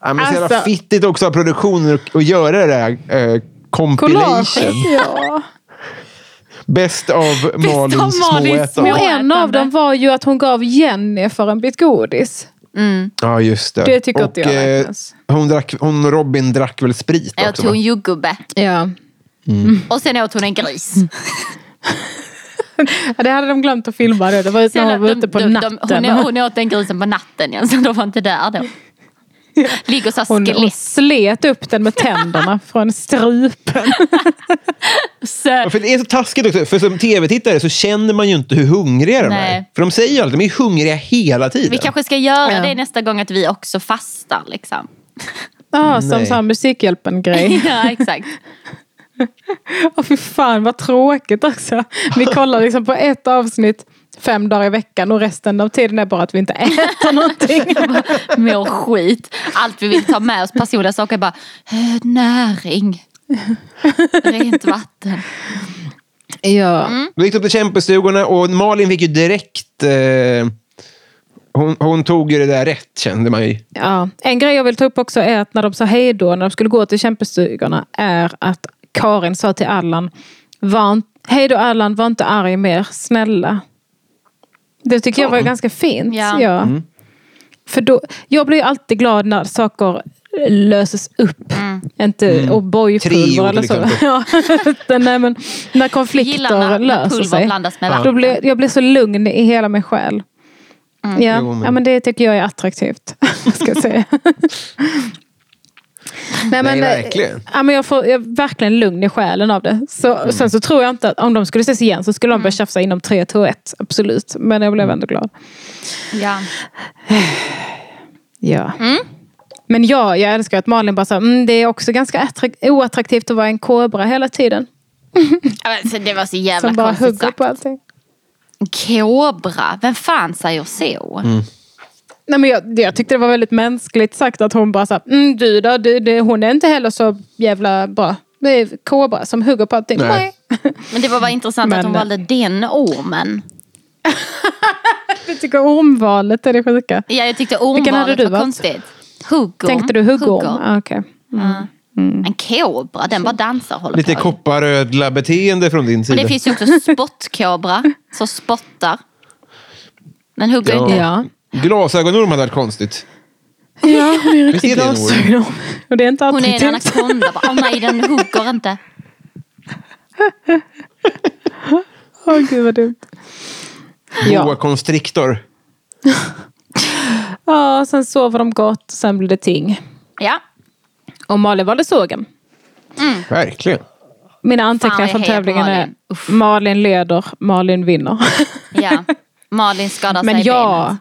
Speaker 3: Ja, men så jävla
Speaker 1: Alltså.
Speaker 3: fittigt också av produktionen att- att göra det där eh, compilation.
Speaker 1: Collage. Ja.
Speaker 3: Bäst av Malins
Speaker 2: Malins
Speaker 3: småätare.
Speaker 1: Och en av dem var ju att hon gav Jenny för en bit godis.
Speaker 3: Ja, just det.
Speaker 1: Det tycker inte jag
Speaker 3: eh,
Speaker 1: räknas.
Speaker 3: hon, drack, hon Robin drack väl sprit
Speaker 2: Jag
Speaker 3: också?
Speaker 2: tog en
Speaker 3: va?
Speaker 2: jordgubbe
Speaker 1: Ja.
Speaker 2: och sen åt hon en gris.
Speaker 1: Ja, det hade de glömt att filma. Det, det var ju
Speaker 2: Sen
Speaker 1: när hon var
Speaker 2: att
Speaker 1: ute på
Speaker 2: de,
Speaker 1: natten.
Speaker 2: De, hon, hon åt den grisen på natten igen, så de var inte där då. Ligger så här
Speaker 1: hon, hon
Speaker 2: skelett.
Speaker 1: slet upp den med tänderna från strupen.
Speaker 2: Så-
Speaker 3: Ja, För det är så taskigt också, för som tv-tittare så känner man ju inte hur hungriga de är.
Speaker 2: Nej.
Speaker 3: För de säger ju alltid, de är hungriga hela tiden.
Speaker 2: Vi kanske ska göra
Speaker 1: Ja.
Speaker 2: det nästa gång att vi också fastar liksom.
Speaker 1: Ja, som
Speaker 3: Nej.
Speaker 1: sån här Musikhjälpen-grej.
Speaker 2: Ja, exakt.
Speaker 1: Åh fy fan vad tråkigt också. Vi kollar liksom på ett avsnitt fem dagar i veckan och resten av tiden är bara att vi inte äter någonting.
Speaker 2: mår skit. Allt vi vill ta med oss, personliga saker, är bara "Eh, näring. Rent vatten.
Speaker 1: Ja.
Speaker 3: Då gick de till kämpestugorna och Malin fick ju direkt... Eh, hon, hon tog ju det där rätt, kände man ju.
Speaker 1: ja. En grej jag vill ta upp också är att när de sa hej då när de skulle gå till kämpestugorna är att Karin sa till Allan var, en- Hej då Allan, var inte arg mer, snälla. Det tycker jag var ganska fint.
Speaker 2: Ja.
Speaker 1: Ja. För då, jag blir ju alltid glad när saker löses upp.
Speaker 2: Mm.
Speaker 1: Inte och
Speaker 3: Trio
Speaker 1: bojpulver
Speaker 3: till
Speaker 1: eller så.
Speaker 3: exempel.
Speaker 1: Ja. Nej, men när konflikter
Speaker 2: Gillar när- när
Speaker 1: löser
Speaker 2: pulver
Speaker 1: sig.
Speaker 2: blandas med vatten.
Speaker 1: Då blir, jag blir så lugn i hela min själ.
Speaker 2: Mm.
Speaker 1: Ja.
Speaker 3: Jo, men-
Speaker 1: ja, men det tycker jag är attraktivt. ska jag säga. Nej, men, eh,
Speaker 3: verkligen. Mm.
Speaker 1: Ja, men jag, får, jag är verkligen lugn i själen av det. Så, Sen så tror jag inte att om de skulle ses igen så skulle de börja
Speaker 2: Mm.
Speaker 1: tjafsa inom tre, två, ett. Absolut. Men jag
Speaker 3: Mm.
Speaker 1: blev ändå glad.
Speaker 2: Ja.
Speaker 1: Ja.
Speaker 3: Mm.
Speaker 1: Men ja, jag älskar att Malin bara sa mm, det är också ganska attrakt- oattraktivt att vara en kobra hela tiden.
Speaker 2: Alltså, det var så jävla
Speaker 1: Som bara
Speaker 2: konstigt
Speaker 1: hugger
Speaker 2: sagt.
Speaker 1: på allting.
Speaker 2: Kobra, vem fan säger så?
Speaker 1: Mm. Nej, men jag, jag tyckte det var väldigt mänskligt sagt att hon bara sa mm, du då, du, du, hon är inte heller så jävla bra. Det är kobra som hugger på allting.
Speaker 3: Nej.
Speaker 1: Nej.
Speaker 2: Men det var bara intressant att
Speaker 1: Men-
Speaker 2: hon valde den ormen.
Speaker 1: Jag tycker ormvalet är det sjuka.
Speaker 2: Ja, jag tyckte
Speaker 1: Vilken hade
Speaker 2: ormvalet
Speaker 1: du
Speaker 2: var
Speaker 1: valt?
Speaker 2: konstigt. Huggorm.
Speaker 1: Tänkte du huggorm? Mm.
Speaker 2: Huggorm.
Speaker 1: Ah, okej.
Speaker 2: En kobra, den bara dansar och håller
Speaker 3: Lite
Speaker 2: på.
Speaker 3: kopparödla-beteende från din
Speaker 2: Men
Speaker 3: sida.
Speaker 2: det finns ju också spottkobra som spottar. Den hugger
Speaker 3: Ja.
Speaker 2: inte.
Speaker 1: Ja.
Speaker 3: Glasögonorm hade varit konstigt.
Speaker 1: Ja, hon är en
Speaker 3: Visst är
Speaker 1: riktig
Speaker 3: det en orm?
Speaker 1: glasögonorm. Och det är inte
Speaker 2: Hon är en
Speaker 1: attraktivt.
Speaker 2: anakonda. Bara, Åh nej, den hugger inte.
Speaker 1: Åh gud vad dumt.
Speaker 3: Boa
Speaker 1: Ja.
Speaker 3: constrictor.
Speaker 1: ja, sen sover de gott, sen blir det ting.
Speaker 2: Ja.
Speaker 1: Och Malin valde sågen.
Speaker 3: Verkligen.
Speaker 1: Mina
Speaker 2: Fan,
Speaker 1: anteckningar
Speaker 2: jag
Speaker 1: från
Speaker 2: hejar på
Speaker 1: tävlingen är
Speaker 2: Malin. Uff.
Speaker 1: Malin leder, Malin vinner.
Speaker 2: ja. Malin skadar sig
Speaker 1: Men
Speaker 2: Alltså, i
Speaker 1: ja.
Speaker 2: benet.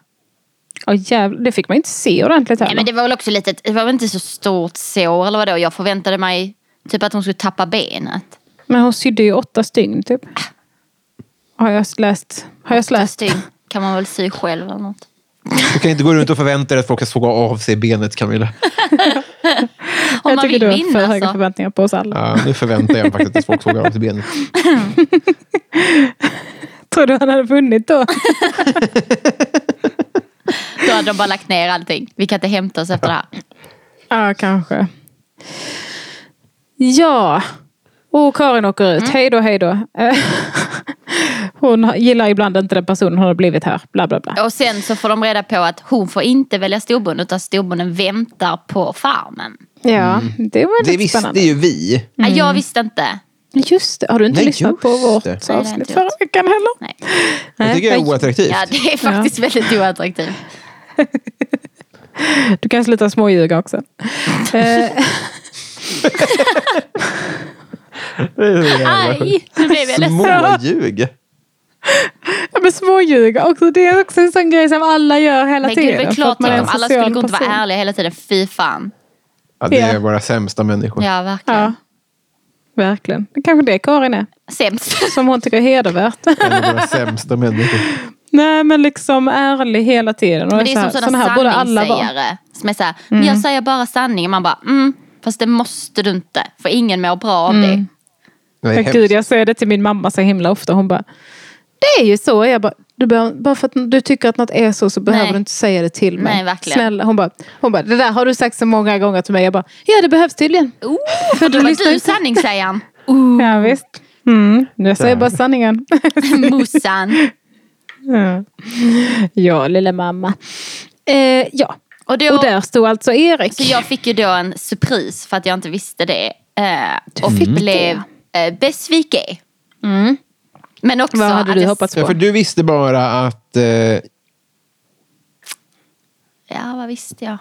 Speaker 1: Oh, jävlar, det fick man inte se ordentligt
Speaker 2: Nej, men
Speaker 1: heller.
Speaker 2: det var väl också lite, det var väl inte så stort sår eller vadå. Jag förväntade mig typ att hon skulle tappa benet.
Speaker 1: Men hon sydde ju åtta stygn typ. Har jag läst? Har jag läst?
Speaker 2: Stygn kan man väl sy själv eller något.
Speaker 3: Du kan inte gå runt och förvänta dig att folk ska såga av sig benet, Camilla.
Speaker 2: Om
Speaker 1: jag
Speaker 2: man
Speaker 1: tycker
Speaker 2: vill
Speaker 1: du har för
Speaker 2: vinna alltså.
Speaker 1: höga
Speaker 2: så.
Speaker 1: förväntningar på oss alla.
Speaker 3: Ja, nu förväntar jag mig faktiskt att folk sågar av sig benet.
Speaker 1: Tror du han hade vunnit då?
Speaker 2: Då hade de bara lagt ner allting. Vi kan inte hämta oss efter det här.
Speaker 1: Ja, kanske. Ja. Och Karin åker
Speaker 2: Mm.
Speaker 1: ut. Hej då, hej då. Eh, Hon gillar ibland inte den personen hon har blivit här. Bla, bla, bla.
Speaker 2: Och sen så får de reda på att hon får inte välja storbonden utan storbonden väntar på farmen.
Speaker 1: Ja, det var
Speaker 3: Mm. Det
Speaker 1: lite
Speaker 3: visste
Speaker 1: spännande.
Speaker 3: ju vi.
Speaker 2: Nej, jag
Speaker 1: Mm.
Speaker 2: visste inte.
Speaker 1: Just det. Har du inte
Speaker 3: Nej,
Speaker 1: lyssnat
Speaker 3: just
Speaker 1: på vårt
Speaker 3: det.
Speaker 2: Nej, det har jag
Speaker 1: avsnitt
Speaker 2: inte
Speaker 1: förra
Speaker 2: gjort.
Speaker 1: veckan heller?
Speaker 2: Nej.
Speaker 3: Det tycker jag är oattraktivt.
Speaker 2: Ja, det är faktiskt väldigt oattraktivt.
Speaker 1: Du kan sluta småljuga också. Eh,
Speaker 2: Aj, nu blev jag ledsen.
Speaker 3: Småljug.
Speaker 1: Ja, men småljuga också. Det är också en sån grej som alla gör hela
Speaker 2: Men gud,
Speaker 1: tiden.
Speaker 2: det är
Speaker 1: för att
Speaker 2: klart
Speaker 1: man är en
Speaker 2: att alla skulle
Speaker 1: social
Speaker 2: gå och inte vara
Speaker 1: person.
Speaker 2: ärliga hela tiden. Fy fan.
Speaker 3: Ja, det är
Speaker 1: Ja.
Speaker 3: våra sämsta människor.
Speaker 2: Ja, verkligen.
Speaker 1: Ja, verkligen. Det kanske det Karin är.
Speaker 2: Sämst.
Speaker 1: Som hon tycker är hedervärt.
Speaker 3: En av våra sämsta människor.
Speaker 1: Nej men liksom ärlig hela tiden. Och
Speaker 2: Men det är som
Speaker 1: så här-
Speaker 2: sådana
Speaker 1: sån här borde alla vara. Mm.
Speaker 2: sanningssägare. Som är såhär, men jag säger bara sanningen. Man bara, mm, fast det måste du inte. För ingen mår bra av
Speaker 1: Mm.
Speaker 2: det.
Speaker 3: Det är
Speaker 1: Men
Speaker 3: hemskt.
Speaker 1: gud, jag säger det till min mamma så himla ofta. Hon bara, det är ju så. Jag bara, du behöver, bara för att du tycker att något är så så behöver
Speaker 2: Nej.
Speaker 1: du inte säga det till mig.
Speaker 2: Nej, verkligen.
Speaker 1: Snälla. Hon bara, hon bara, det där har du sagt så många gånger till mig. Jag bara, ja det behövs tydligen.
Speaker 2: Oh,
Speaker 1: För
Speaker 2: då
Speaker 1: du
Speaker 2: var
Speaker 1: lyssnar
Speaker 2: du
Speaker 1: inte. Oh.
Speaker 2: sanningssägaren.
Speaker 1: Ja, visst. Mm. Jag säger bara sanningen.
Speaker 2: Mossan.
Speaker 1: ja. ja, lilla mamma. Eh, ja,
Speaker 2: Och då,
Speaker 1: och där stod alltså Erik.
Speaker 2: så jag fick ju då en surpris för att jag inte visste det. Eh, och blev eh, besviken. Men också
Speaker 1: Mm. Vad hade
Speaker 2: att
Speaker 1: du
Speaker 2: jag-
Speaker 1: hoppats
Speaker 3: Ja, för
Speaker 1: på?
Speaker 3: du visste bara att... Eh,
Speaker 2: Ja, vad visste jag?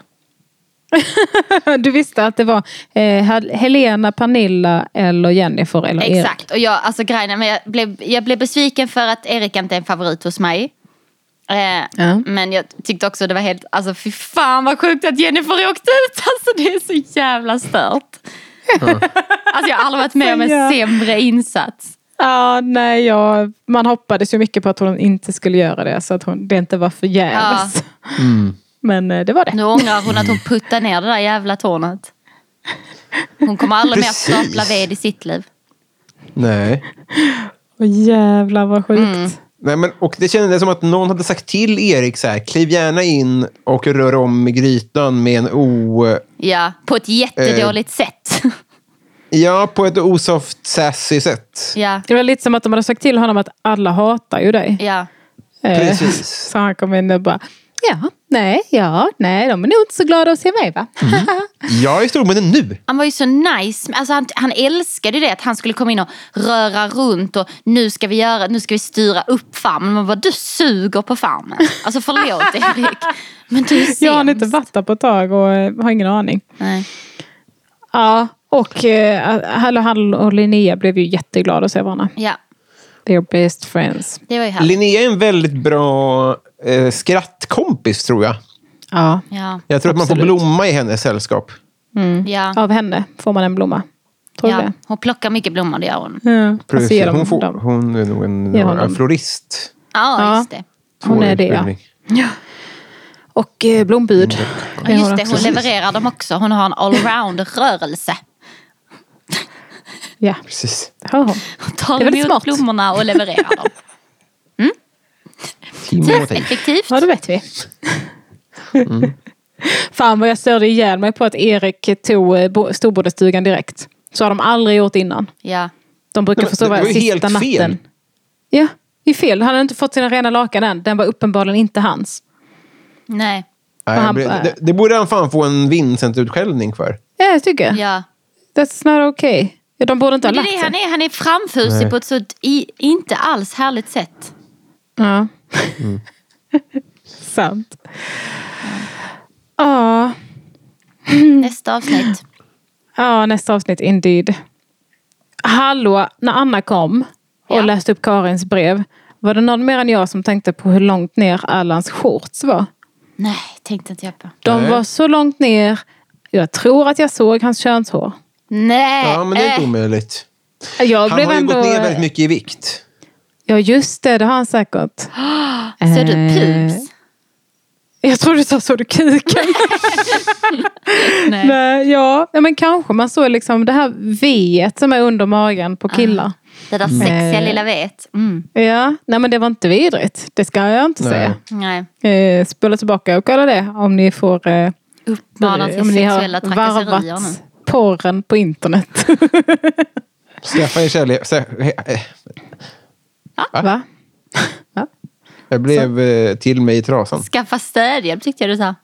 Speaker 1: Du visste att det var eh, Hel- Helena, Pernilla eller Jennifer eller Erik.
Speaker 2: Exakt, och jag, alltså, grejen, är- men jag, blev, jag blev besviken för att Erik inte är en favorit hos mig. Eh,
Speaker 1: Ja.
Speaker 2: Men jag tyckte också det var helt, alltså fy fan vad sjukt att Jennifer åkte ut. Alltså det är så jävla stört. Alltså jag har aldrig varit med om en
Speaker 1: Så jä-
Speaker 2: sämre insats.
Speaker 1: Ja, nej, jag, man hoppades ju mycket på att hon inte skulle göra det så att hon, det inte var förgäves.
Speaker 3: mm,
Speaker 1: Men eh, det var det.
Speaker 2: Nu ångrar hon att hon puttade ner det där jävla tornet. Hon kommer aldrig mer att
Speaker 3: Precis.
Speaker 2: stapla ved i sitt liv.
Speaker 3: nej.
Speaker 1: Åh jävlar vad sjukt.
Speaker 2: Mm.
Speaker 3: nej men, och det kändes som att någon hade sagt till Erik så här, kliv gärna in och rör om i grytan med en o...
Speaker 2: Ja, på ett jättedåligt
Speaker 1: Eh.
Speaker 2: sätt.
Speaker 3: Ja, på ett osoft, sassy sätt.
Speaker 2: ja,
Speaker 1: Det var lite som att de hade sagt till honom att alla hatar ju dig.
Speaker 2: ja.
Speaker 1: Eh,
Speaker 3: Precis.
Speaker 1: Så han kom in och bara, ja, nej, ja, nej, de är nog inte så glada att se mig va?
Speaker 3: Mm. Jag är storbonden nu.
Speaker 2: Han var ju så nice. Alltså han, han älskade ju det att han skulle komma in och röra runt och nu ska vi, göra, nu ska vi styra upp farmen. Man bara, du suger på farmen. Alltså förlåt Erik. Men du är sämst.
Speaker 1: jag har inte varit där på ett tag och eh, har ingen aning.
Speaker 2: Nej.
Speaker 1: Ja, och eh, Hallå Hallå och Linnea blev ju jätteglada att se varandra.
Speaker 2: Ja,
Speaker 1: They're best friends.
Speaker 2: det var ju härligt.
Speaker 3: Linnea är en väldigt bra eh, skrattkompis, tror jag.
Speaker 1: Ja.
Speaker 2: Ja,
Speaker 3: Jag tror att man får
Speaker 1: Absolut.
Speaker 3: blomma i hennes sällskap.
Speaker 2: ja.
Speaker 1: Av henne får man en blomma. Mm. Tror du
Speaker 2: ja.
Speaker 1: det?
Speaker 2: Hon plockar mycket blommor, det gör hon.
Speaker 1: Ja, alltså,
Speaker 3: Precis.
Speaker 1: ger de
Speaker 3: Hon, får,
Speaker 1: dem.
Speaker 3: hon är nog en
Speaker 1: Ge honom.
Speaker 3: en florist.
Speaker 2: Ja,
Speaker 1: Ja.
Speaker 2: just det.
Speaker 1: Hon är det, ja.
Speaker 3: Utbildning.
Speaker 1: Och eh, blombud.
Speaker 3: Mm.
Speaker 2: Ja, just det.
Speaker 1: också.
Speaker 2: Hon levererar dem också. Hon har en allround-rörelse.
Speaker 1: Ja,
Speaker 3: Precis.
Speaker 1: det har hon.
Speaker 2: Hon tar
Speaker 1: Det är väldigt smart.
Speaker 2: emot blommorna och levererar dem.
Speaker 3: Timotej.
Speaker 2: Effektivt.
Speaker 1: Ja, det vet vi. Mm. Fan vad jag störde ihjäl mig på att Erik tog eh, bo- storbondestugan direkt. Så har de aldrig gjort innan.
Speaker 2: Ja.
Speaker 1: De brukar
Speaker 3: Nej, men
Speaker 1: få
Speaker 3: det
Speaker 1: sova
Speaker 3: var ju
Speaker 1: sista
Speaker 3: helt fel.
Speaker 1: natten. Ja, det är fel. Han hade inte fått sina rena lakan än. Den var uppenbarligen inte hans.
Speaker 2: Nej.
Speaker 3: Nej,
Speaker 1: Och han
Speaker 3: jag blir-
Speaker 1: bara-
Speaker 3: det, det borde han fan få en Vincent-utskällning för.
Speaker 1: Ja, jag tycker jag.
Speaker 2: Ja.
Speaker 1: That's not okay. De borde inte
Speaker 2: Men
Speaker 1: ha
Speaker 2: det är
Speaker 1: lagt
Speaker 2: det
Speaker 1: sig.
Speaker 2: han är. Han är framfusig
Speaker 3: Nej.
Speaker 2: på ett så i, inte alls härligt sätt.
Speaker 1: Ja. Sant. Ja.
Speaker 2: Nästa avsnitt.
Speaker 1: ja, nästa avsnitt indeed. Hallå, när Anna kom och
Speaker 2: Ja.
Speaker 1: läste upp Karins brev. Var det någon mer än jag som tänkte på hur långt ner Allans shorts var?
Speaker 2: Nej, tänkte inte jag på.
Speaker 1: De
Speaker 3: Nej.
Speaker 1: var så långt ner. Jag tror att jag såg hans könshår.
Speaker 2: Nej!
Speaker 3: Ja, men det är
Speaker 2: eh,
Speaker 3: inte omöjligt.
Speaker 1: Jag
Speaker 3: Han
Speaker 1: blev
Speaker 3: har ju
Speaker 1: ändå...
Speaker 3: gått ner väldigt mycket i
Speaker 2: Eh,
Speaker 3: vikt.
Speaker 1: Ja, just det. Det har han säkert.
Speaker 2: Ser du pubs?
Speaker 1: Jag tror du sa såg du kuken?
Speaker 2: Nej.
Speaker 1: Nej, ja, ja, men kanske man såg liksom det här v som är under magen
Speaker 3: Ah.
Speaker 1: på killar.
Speaker 2: Det där sexiga
Speaker 1: Eh.
Speaker 2: lilla vet. Mm.
Speaker 1: Ja, nej men det var inte vidrigt. Det ska jag inte
Speaker 3: Nej.
Speaker 1: säga.
Speaker 2: Nej.
Speaker 1: Eh, spola tillbaka och kolla det om ni får... Eh,
Speaker 2: Uppmanar till
Speaker 1: om ni har
Speaker 2: sexuella trakasserier nu.
Speaker 1: varvat porren på internet.
Speaker 3: Skaffa er kärlek. se- he- eh,
Speaker 1: Va?
Speaker 3: Jag blev eh, till mig i trasan.
Speaker 2: Skaffa stödhjälp tyckte jag du sa.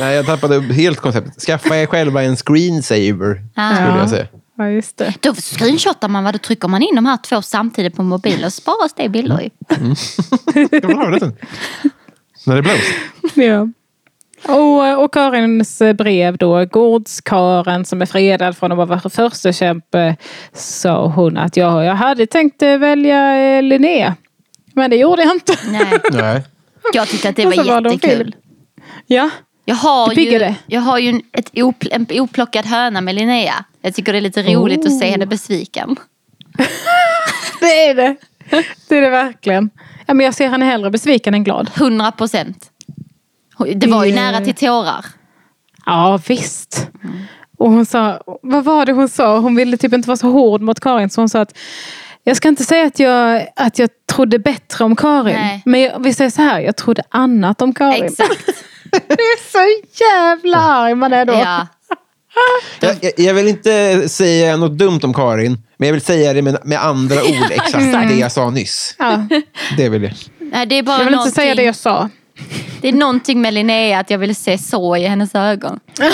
Speaker 3: Nej, jag tappade upp helt konceptet. Skaffa er själva en screensaver,
Speaker 2: Ah.
Speaker 3: skulle
Speaker 1: Ja.
Speaker 3: jag säga.
Speaker 1: Ja, just det.
Speaker 2: Då screenshotar man vad, då trycker man in de här två samtidigt på mobilen och sparas det i bilder ju.
Speaker 3: Det var bra, det. När det blåser.
Speaker 1: Ja. Och, och Karins brev då. Gårdskaren som är fredad från att vara vår första kämpe sa hon att jag, jag hade tänkt eh, välja eh, Linné. Men det gjorde jag inte.
Speaker 2: Nej.
Speaker 3: Nej.
Speaker 2: Jag tyckte att det
Speaker 1: Och så
Speaker 2: var
Speaker 1: de
Speaker 2: jättekul.
Speaker 1: fel. Ja,
Speaker 2: Jag har
Speaker 1: Det piggar
Speaker 2: ju,
Speaker 1: det.
Speaker 2: jag har ju en, ett op, en oplockad höna med Linnea. Jag tycker det är lite roligt att
Speaker 1: Oh.
Speaker 2: se henne besviken.
Speaker 1: det är det. Det är det verkligen. Ja, men jag ser henne hellre besviken än glad.
Speaker 2: 100 procent. Det var ju
Speaker 1: Det-
Speaker 2: nära till tårar.
Speaker 1: Ja, visst. Och hon sa, vad var det hon sa? Hon ville typ inte vara så hård mot Karin. Så hon sa att jag ska inte säga att jag, att jag trodde bättre om Karin.
Speaker 2: Nej.
Speaker 1: Men jag, vi säger så här, jag trodde annat om Karin.
Speaker 2: Exakt.
Speaker 1: Det är så jävla arg man är då.
Speaker 2: Ja.
Speaker 3: Jag, jag- jag vill inte säga något dumt om Karin, men jag vill säga det med, med andra ord. Exakt det jag sa nyss.
Speaker 1: Ja.
Speaker 3: Det vill jag.
Speaker 2: Nej, Det är bara
Speaker 1: Jag vill inte
Speaker 2: någonting,
Speaker 1: säga det jag sa.
Speaker 2: det är någonting med Linnea att jag ville se så i hennes ögon.
Speaker 1: Ja.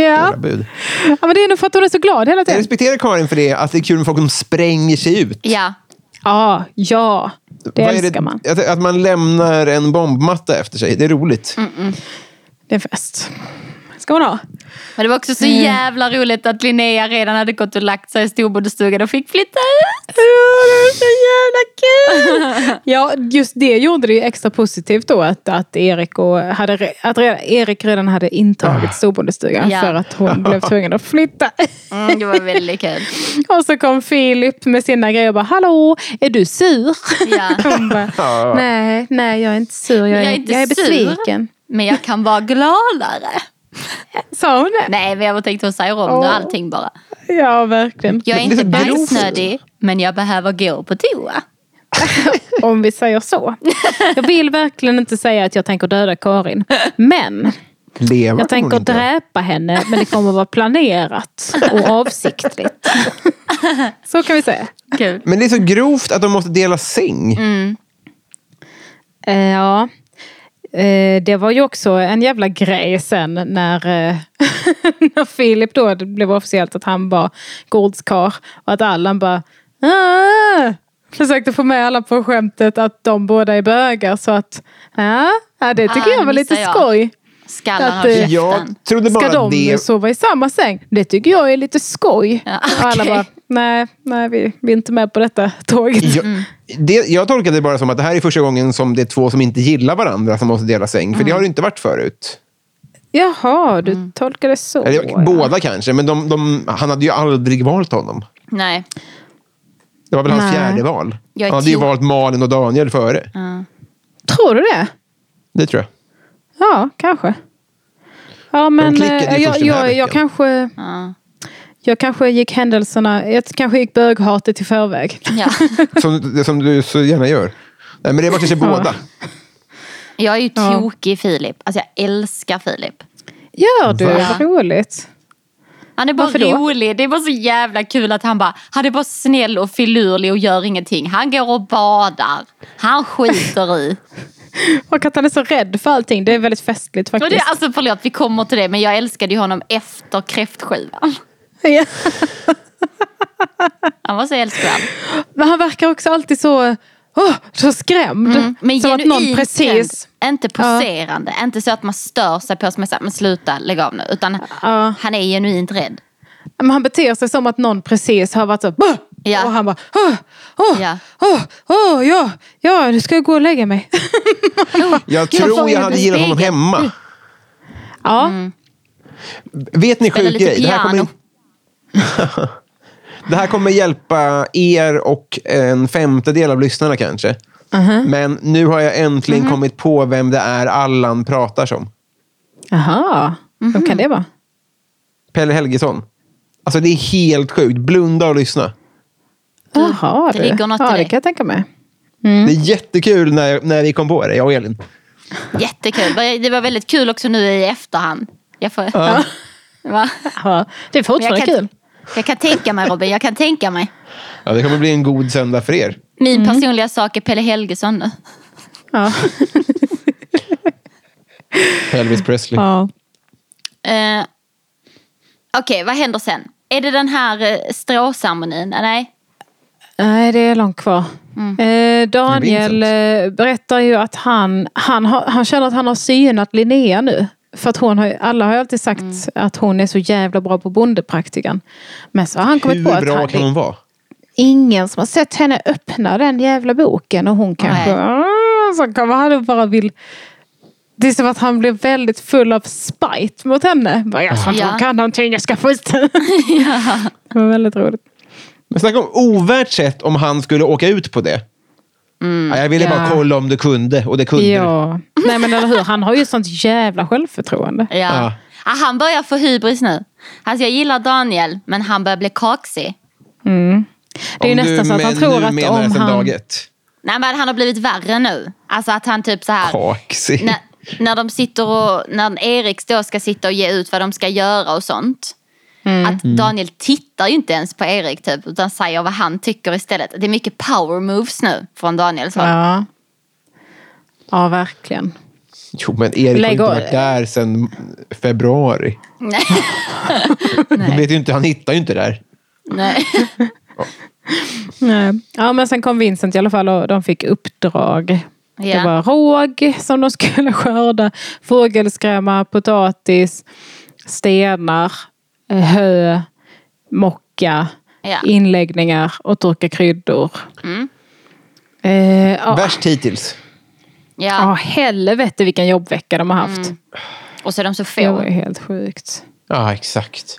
Speaker 3: Jävla bud.
Speaker 1: ja, men det är nog för att hon är så glad hela
Speaker 3: Jag
Speaker 1: tiden.
Speaker 3: respekterar Karin för det, att det är kul med folk som spränger sig ut.
Speaker 2: Ja,
Speaker 1: Ja, ja. Det
Speaker 3: Vad är
Speaker 1: älskar man.
Speaker 3: Att, att man lämnar en bombmatta efter sig, det är roligt.
Speaker 1: Mm. Det är fest. Ska man ha.
Speaker 2: men det var också så
Speaker 1: Mm.
Speaker 2: jävla roligt att Linnea redan hade gått och lagt sig i storbodestugan och fick flytta ut.
Speaker 1: Ja, just det gjorde det ju extra positivt då att, att, Erik, och hade, re- att redan, Erik redan hade intagit storbodestugan
Speaker 2: Ja.
Speaker 1: för att hon blev tvungen att flytta.
Speaker 2: Mm, det var väldigt kul.
Speaker 1: Och så kom Filip med sina grejer och bara Hallå, är du sur?
Speaker 2: Ja.
Speaker 1: Hon bara, nej, nej jag är inte sur. Jag är, jag är,
Speaker 2: inte sur,
Speaker 1: besviken.
Speaker 2: Men jag kan vara gladare.
Speaker 1: Sa hon det?
Speaker 2: Nej, men jag tänkte hon säger om nu
Speaker 1: Åh.
Speaker 2: allting bara.
Speaker 1: Ja, verkligen.
Speaker 2: Jag är
Speaker 3: Det är
Speaker 2: inte
Speaker 3: så grovt.
Speaker 2: bajsnödig, men jag behöver gå på toa.
Speaker 1: Om vi säger så. Jag vill verkligen inte säga att jag tänker döda Karin. Men
Speaker 3: Leva
Speaker 1: jag tänker
Speaker 3: inte.
Speaker 1: dräpa henne, men det kommer vara planerat och avsiktligt. Så kan vi säga.
Speaker 2: Kul.
Speaker 3: Men det är så grovt att de måste dela säng.
Speaker 1: Mm. Eh, Ja. Eh, Det var ju också en jävla grej sen när, eh, när Filip då det blev officiellt att han var gårdskar och att Allan bara "Ah!" försökte få med alla på skämtet att de båda är bögar så att ja, ja, det tycker
Speaker 2: Ah,
Speaker 1: jag var
Speaker 2: det
Speaker 1: lite
Speaker 2: missade jag.
Speaker 1: skoj.
Speaker 2: Skallen
Speaker 1: Att,
Speaker 2: har
Speaker 1: eh,
Speaker 2: käften.
Speaker 3: Jag trodde
Speaker 1: Ska
Speaker 3: bara
Speaker 1: de
Speaker 3: att det...
Speaker 1: sova i samma säng? Det tycker jag är lite skoj.
Speaker 2: Ja,
Speaker 1: Och alla
Speaker 2: okej.
Speaker 1: bara nej, nej vi, vi är inte med på detta tåget.
Speaker 3: Jag, det, jag tolkade det bara som att det här är första gången som det är två som inte gillar varandra som måste dela säng. För
Speaker 1: Mm.
Speaker 3: det har det inte varit förut.
Speaker 1: Jaha, du
Speaker 2: Mm.
Speaker 1: tolkar det så.
Speaker 3: Eller,
Speaker 1: ja.
Speaker 3: Båda kanske, men de, de, han hade ju aldrig valt honom.
Speaker 2: Nej.
Speaker 3: Det var väl hans
Speaker 1: Nej.
Speaker 3: fjärde val.
Speaker 2: Jag är Mm.
Speaker 3: Han hade ju
Speaker 2: klok.
Speaker 3: valt Malin och Daniel före.
Speaker 1: Tror du det?
Speaker 3: Det tror jag.
Speaker 1: Ja, kanske. Ja, men
Speaker 3: klickade ju
Speaker 1: eh, jag,
Speaker 3: först den här
Speaker 1: jag, jag,
Speaker 3: veckan.
Speaker 1: kanske,
Speaker 2: Ja.
Speaker 1: jag kanske gick händelserna, jag kanske gick böghatet i förväg.
Speaker 2: Ja.
Speaker 3: Som, det som du så gärna gör. Nej, men det var kanske båda.
Speaker 2: Jag är ju
Speaker 1: Ja.
Speaker 2: tokig i Filip. Alltså jag älskar Filip.
Speaker 1: Gör du?
Speaker 2: Va?
Speaker 1: Vad roligt.
Speaker 2: Han är bara
Speaker 1: Varför då?
Speaker 2: rolig. Det är bara så jävla kul att han bara, han är bara snäll och filurlig och gör ingenting. Han går och badar. Han skiter i.
Speaker 1: Och att han är så rädd för allting, det är väldigt festligt
Speaker 2: Och
Speaker 1: faktiskt.
Speaker 2: det, alltså förlåt, vi kommer till det. Men jag älskade ju honom efter kräftskivan.
Speaker 1: Ja.
Speaker 2: Han var så älskvärd.
Speaker 1: Men han verkar också alltid så, åh, så skrämd.
Speaker 2: Mm, Men
Speaker 1: Som att någon
Speaker 2: genuint
Speaker 1: precis...
Speaker 2: känd. Inte poserande. Inte så att man stör sig på som är så här, men sluta, lägg av nu. Utan
Speaker 1: Ja.
Speaker 2: han är genuint rädd.
Speaker 1: Men han beter sig som att någon precis har varit så... "Bah!"
Speaker 2: Ja.
Speaker 1: Och han bara... Åh, åh,
Speaker 2: Ja.
Speaker 1: åh, åh, ja, ja, nu ska jag gå och lägga mig.
Speaker 3: Jag
Speaker 2: Gud, vad
Speaker 3: tror jag
Speaker 2: är
Speaker 3: hade
Speaker 2: det
Speaker 3: gillat honom
Speaker 2: spegeln?
Speaker 3: hemma.
Speaker 1: ja.
Speaker 2: Mm.
Speaker 3: Vet ni
Speaker 2: Spela
Speaker 3: sjuk
Speaker 2: lite
Speaker 3: grej? Det här, kommer,
Speaker 2: piano.
Speaker 3: det här kommer hjälpa er och en femtedel av lyssnarna kanske. Men nu har jag äntligen kommit på vem det är Allan pratar som.
Speaker 1: Aha. Vem
Speaker 2: Mhm.
Speaker 1: kan det vara?
Speaker 3: Pelle Helgesson. Alltså det är helt sjukt. Blunda och lyssna.
Speaker 2: Du,
Speaker 1: Jaha,
Speaker 2: det ligger något i
Speaker 1: ja, det
Speaker 2: dig.
Speaker 1: kan jag tänka mig. Mm.
Speaker 3: Det är jättekul när, när vi kom på det, jag och Elin.
Speaker 2: Jättekul. Det var väldigt kul också nu i efterhand. Jag, får,
Speaker 3: Ja.
Speaker 2: Va?
Speaker 1: Ja, det är
Speaker 2: Men jag,
Speaker 1: fortfarande
Speaker 2: kan,
Speaker 1: kul.
Speaker 2: jag kan tänka mig Robin, jag kan tänka mig.
Speaker 3: Ja, det kommer bli en god söndag för er.
Speaker 2: Min
Speaker 1: Mm.
Speaker 2: personliga sak är Pelle Helgesson nu.
Speaker 1: Ja.
Speaker 3: Elvis Presley.
Speaker 1: ja.
Speaker 2: Eh, Okej, vad händer sen? Är det den här eh, stråceremonin? Eh, Nej.
Speaker 1: Nej, det är långt kvar.
Speaker 2: Mm.
Speaker 1: Eh, Daniel eh, berättar ju att han, han, har, han känner att han har synat Linnea nu. För att hon har, ju- alla har ju alltid sagt
Speaker 2: Mm.
Speaker 1: att hon är så jävla bra på bondepraktikan. Men så har han kommit
Speaker 3: Hur
Speaker 1: på att
Speaker 3: bra
Speaker 1: han,
Speaker 3: kan hon vara?
Speaker 1: ingen som har sett henne öppna den jävla boken och hon kanske... Ah, Så kommer han och bara vill... Det är som att han blir väldigt full av spite mot henne. Bara, jag tror inte
Speaker 2: Ja.
Speaker 1: hon kan någonting, jag ska få ut henne. Det var väldigt roligt.
Speaker 3: Men snacka om ovärt sätt om han skulle åka ut på det. Ja, jag ville bara
Speaker 1: Mm, Ja.
Speaker 3: kolla om du kunde, och det kunde du.
Speaker 1: Ja. Nej men eller hur, han har ju sånt jävla självförtroende.
Speaker 2: Ja.
Speaker 3: Ja.
Speaker 2: Ah, han börjar få hybris nu. Alltså jag gillar Daniel, men han börjar bli kaxig.
Speaker 1: Det är ju
Speaker 3: Om
Speaker 1: nästan
Speaker 3: du
Speaker 1: så att han
Speaker 3: men-
Speaker 1: tror
Speaker 3: nu
Speaker 1: att
Speaker 3: menar jag
Speaker 1: om
Speaker 3: sedan
Speaker 1: han...
Speaker 3: dag ett.
Speaker 2: Nej men han har blivit värre nu. Alltså att han typ så här...
Speaker 3: Kaxig.
Speaker 2: när, när de sitter och, när Erik då ska sitta och ge ut vad de ska göra och sånt.
Speaker 1: Mm.
Speaker 2: Att Daniel tittar ju inte ens på Erik typ, utan säger vad han tycker istället. Det är mycket power moves nu från Daniels håll.
Speaker 1: Ja. ja, verkligen.
Speaker 3: Jo, men Erik har
Speaker 1: Lägg
Speaker 3: inte
Speaker 1: av.
Speaker 3: varit där sedan februari.
Speaker 2: Nej.
Speaker 3: Han, vet ju inte, han hittar ju inte där.
Speaker 2: Nej.
Speaker 1: Nej. Ja, men sen kom Vincent i alla fall och de fick uppdrag.
Speaker 2: Ja.
Speaker 1: Det var råg som de skulle skörda, fågelskrämma, potatis, stenar, eh, hö, mocka,
Speaker 2: Ja. Mm.
Speaker 1: inläggningar och torka kryddor. Eh, ja.
Speaker 3: Värst hittills.
Speaker 1: Ja,
Speaker 2: Ja.
Speaker 1: helvete vilken jobbvecka de har haft.
Speaker 2: Och så Mm, är de så
Speaker 1: Det var
Speaker 2: få.
Speaker 1: ju helt sjukt.
Speaker 3: Ja, exakt.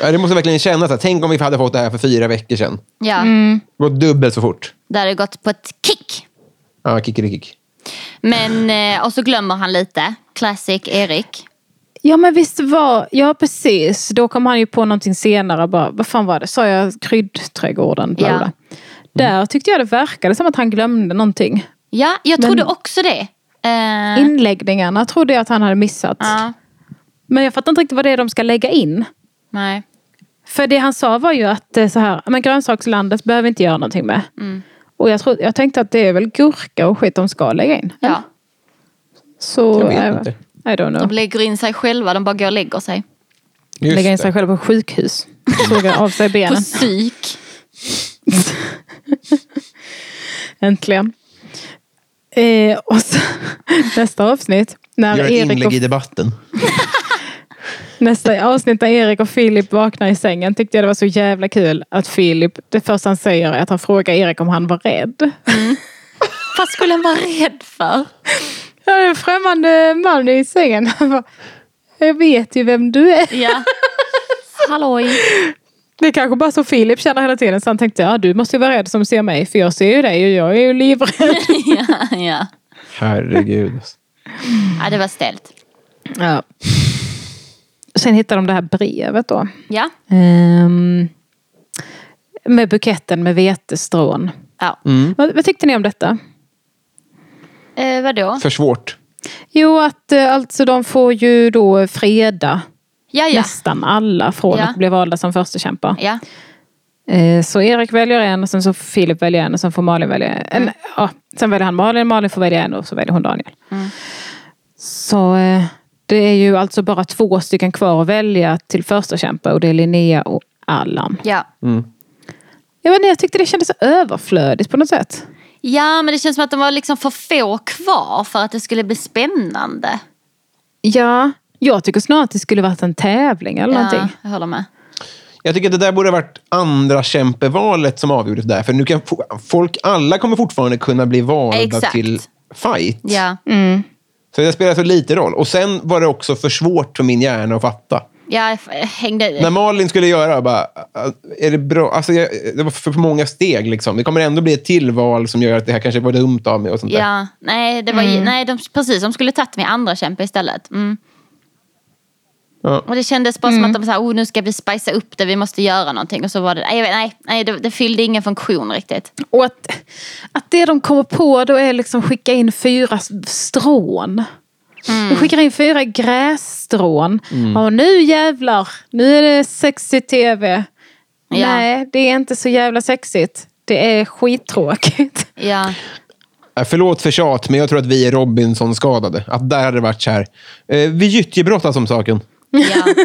Speaker 3: Ja, det måste verkligen kännas. så här. Tänk om vi hade fått det här för fyra veckor sedan.
Speaker 2: Ja.
Speaker 1: Mm.
Speaker 3: Gått dubbelt så fort.
Speaker 2: Där har det gått på ett kick.
Speaker 3: Ja, kickelikick.
Speaker 2: Men, eh, och så glömmer han lite. Classic Erik.
Speaker 1: Ja men visst var, ja precis. Då kom han ju på någonting senare. Bara, vad fan var det? Sa jag kryddträdgården? Bla,
Speaker 2: Ja.
Speaker 1: bla. bla. Där tyckte jag det verkade som att han glömde någonting.
Speaker 2: Ja, jag
Speaker 1: Men-
Speaker 2: trodde också det. Eh,
Speaker 1: Inläggningarna trodde jag att han hade missat.
Speaker 2: ja.
Speaker 1: Men jag fattar inte riktigt vad det är de ska lägga in.
Speaker 2: Nej.
Speaker 1: För det han sa var ju att eh, så här, men grönsakslandet behöver vi inte göra någonting med.
Speaker 2: Mm.
Speaker 1: Och jag, tro, jag tänkte att det är väl gurka och skit de ska lägga in.
Speaker 2: Ja.
Speaker 1: Så,
Speaker 3: Jag vet
Speaker 1: eh,
Speaker 3: inte.
Speaker 1: I don't know.
Speaker 2: De lägger in sig själva, de bara går och lägger sig.
Speaker 3: Just
Speaker 1: lägga in
Speaker 3: det.
Speaker 1: sig själv på sjukhus. Såga av sig
Speaker 2: På
Speaker 1: benen.
Speaker 2: psyk.
Speaker 1: Äntligen. Eh, och så, nästa avsnitt. När
Speaker 3: Gör ett
Speaker 1: Erik
Speaker 3: inlägg
Speaker 1: och,
Speaker 3: i debatten.
Speaker 1: nästa avsnitt när Erik och Filip vaknar i sängen tyckte jag det var så jävla kul att Filip, det första han säger är att han frågar Erik om han var rädd.
Speaker 2: Vad skulle han vara rädd för?
Speaker 1: Ja, det är en främmande man i sängen. Han bara, Jag vet ju vem du är.
Speaker 2: Ja. Halloj.
Speaker 1: Det är kanske bara så Filip känner hela tiden. Så han tänkte, ja du måste ju vara rädd som ser mig. För jag ser ju dig och jag är ju livrädd.
Speaker 2: ja, ja.
Speaker 3: Herregud.
Speaker 2: ja, det var ställt.
Speaker 1: Ja. Sen hittar de det här brevet då.
Speaker 2: Ja.
Speaker 1: Ehm, med buketten med vetestrån.
Speaker 2: ja.
Speaker 1: Vad, vad tyckte ni om detta?
Speaker 2: Eh, vadå?
Speaker 3: För svårt.
Speaker 1: Jo, att eh, alltså de får ju då freda
Speaker 2: Ja, ja.
Speaker 1: nästan alla från
Speaker 2: Ja.
Speaker 1: att bli valda som förstekämpar.
Speaker 2: ja.
Speaker 1: Eh, så Erik väljer en och sen så får Filip väljer en och sen får Malin välja en.
Speaker 2: Mm.
Speaker 1: Ja, sen väljer han Malin, Malin får välja en och så väljer hon Daniel.
Speaker 2: Mm.
Speaker 1: Så eh, det är ju alltså bara två stycken kvar att välja till förstekämpar och det är Linnea och Allan.
Speaker 2: ja.
Speaker 1: Jag, vet inte, jag tyckte det kändes överflödigt på något sätt.
Speaker 2: Ja, men det känns som att de var liksom för få kvar för att det skulle bli spännande.
Speaker 1: Ja, jag tycker snarare att det skulle varit en tävling eller
Speaker 2: Ja,
Speaker 1: någonting.
Speaker 2: jag håller med.
Speaker 3: Jag tycker att det där borde ha varit andra kämpevalet som avgjordes där. För nu kan fo- folk, alla kommer fortfarande kunna bli valda
Speaker 2: Exakt.
Speaker 3: till fight.
Speaker 2: Ja.
Speaker 1: Mm.
Speaker 3: Så det spelar så lite roll. Och sen var det också för svårt för min hjärna att fatta.
Speaker 2: Jag hängde i.
Speaker 3: När Malin skulle göra, bara, "Äh, är det bra? Alltså, jag, det var för många steg. Liksom. Det kommer ändå bli ett tillval som gör att det här kanske var dumt av mig. Och sånt där.
Speaker 2: Ja, nej, det var, ju- nej de, precis. De skulle tagit min andra kämpe istället. Mm.
Speaker 3: Ja.
Speaker 2: Och det kändes bara som att de sa, oh, nu ska vi spicea upp det, vi måste göra någonting. Och så var det, nej, jag vet- nej, nej det, det fyllde ingen funktion riktigt.
Speaker 1: Och att, att det de kommer på då är liksom skicka in fyra s- strån. De skickar in fyra grässtrån. Och nu jävlar, nu är det sexig tv.
Speaker 2: Ja.
Speaker 1: Nej, det är inte så jävla sexigt. Det är skittråkigt.
Speaker 2: Ja,
Speaker 3: Ja, Äh, Förlåt för tjat, men jag tror att vi är Robinson-skadade. Att där hade det varit så här. Eh, vi gyttjebrottas om saken.
Speaker 2: ja.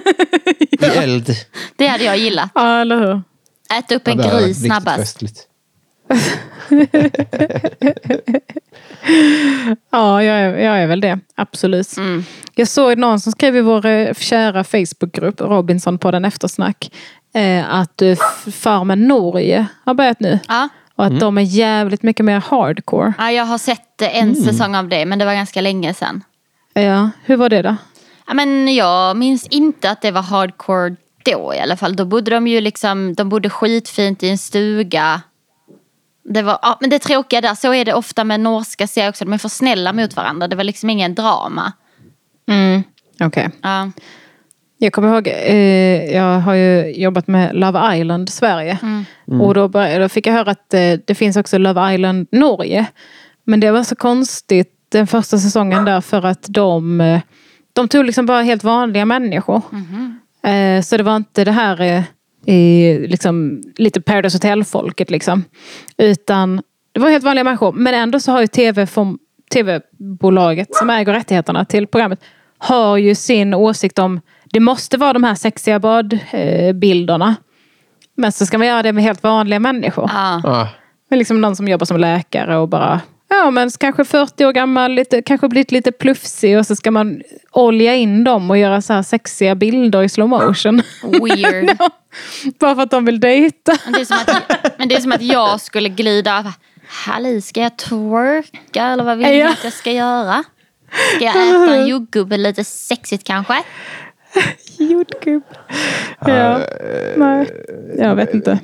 Speaker 3: I eld.
Speaker 2: Det hade jag gillat.
Speaker 1: Ja, eller hur?
Speaker 2: Äta upp
Speaker 3: Ja,
Speaker 2: en
Speaker 3: det hade varit
Speaker 2: gris
Speaker 3: riktigt
Speaker 2: snabbast.
Speaker 3: festligt.
Speaker 1: Ja, jag är, jag är väl det. Absolut. Jag såg någon som skrev i vår eh, kära Facebookgrupp, Robinson på den eftersnack, eh, att eh, f- Farmen Norge har börjat nu.
Speaker 2: Ja.
Speaker 1: Och att de är jävligt mycket mer hardcore.
Speaker 2: ja, jag har sett eh, en
Speaker 3: Mm.
Speaker 2: säsong av det, men det var ganska länge sedan.
Speaker 1: Ja, hur var det då?
Speaker 2: Ja, men jag minns inte att det var hardcore då i alla fall. Då bodde de ju liksom, de bodde skitfint i en stuga. Det var, ja, men det tråkiga där, så är det ofta med norska serier också. De är för snälla mot varandra. Det var liksom ingen drama.
Speaker 1: Okej.
Speaker 2: Ja,
Speaker 1: Jag kommer ihåg, eh, jag har ju jobbat med Love Island Sverige. Och då, började, då fick jag höra att eh, det finns också Love Island Norge. Men det var så konstigt den första säsongen där för att de, eh, de tog liksom bara helt vanliga människor. Eh, så det var inte det här eh, i, liksom, lite Paradise Hotel-folket liksom. Utan det var helt vanliga människor. Men ändå så har ju TV form- tv-bolaget som äger rättigheterna till programmet har ju sin åsikt om det måste vara de här sexiga badbilderna. Men så ska man göra det med helt vanliga människor.
Speaker 2: ja.
Speaker 3: Ah.
Speaker 1: Med liksom någon som jobbar som läkare och bara Ja men kanske 40 år gammal, lite, kanske blivit lite plufsig och så ska man olja in dem och göra så här sexiga bilder i slow motion.
Speaker 2: weird.
Speaker 1: Bara för att de vill dejta.
Speaker 2: Men det, är som att, men det är som att jag skulle glida. Halli, ska jag twerka eller vad vill ni
Speaker 1: Ja.
Speaker 2: att jag ska göra? Ska jag äta en jordgubbe lite sexigt kanske?
Speaker 1: Jordgubb. Ja. Nej, jag vet inte.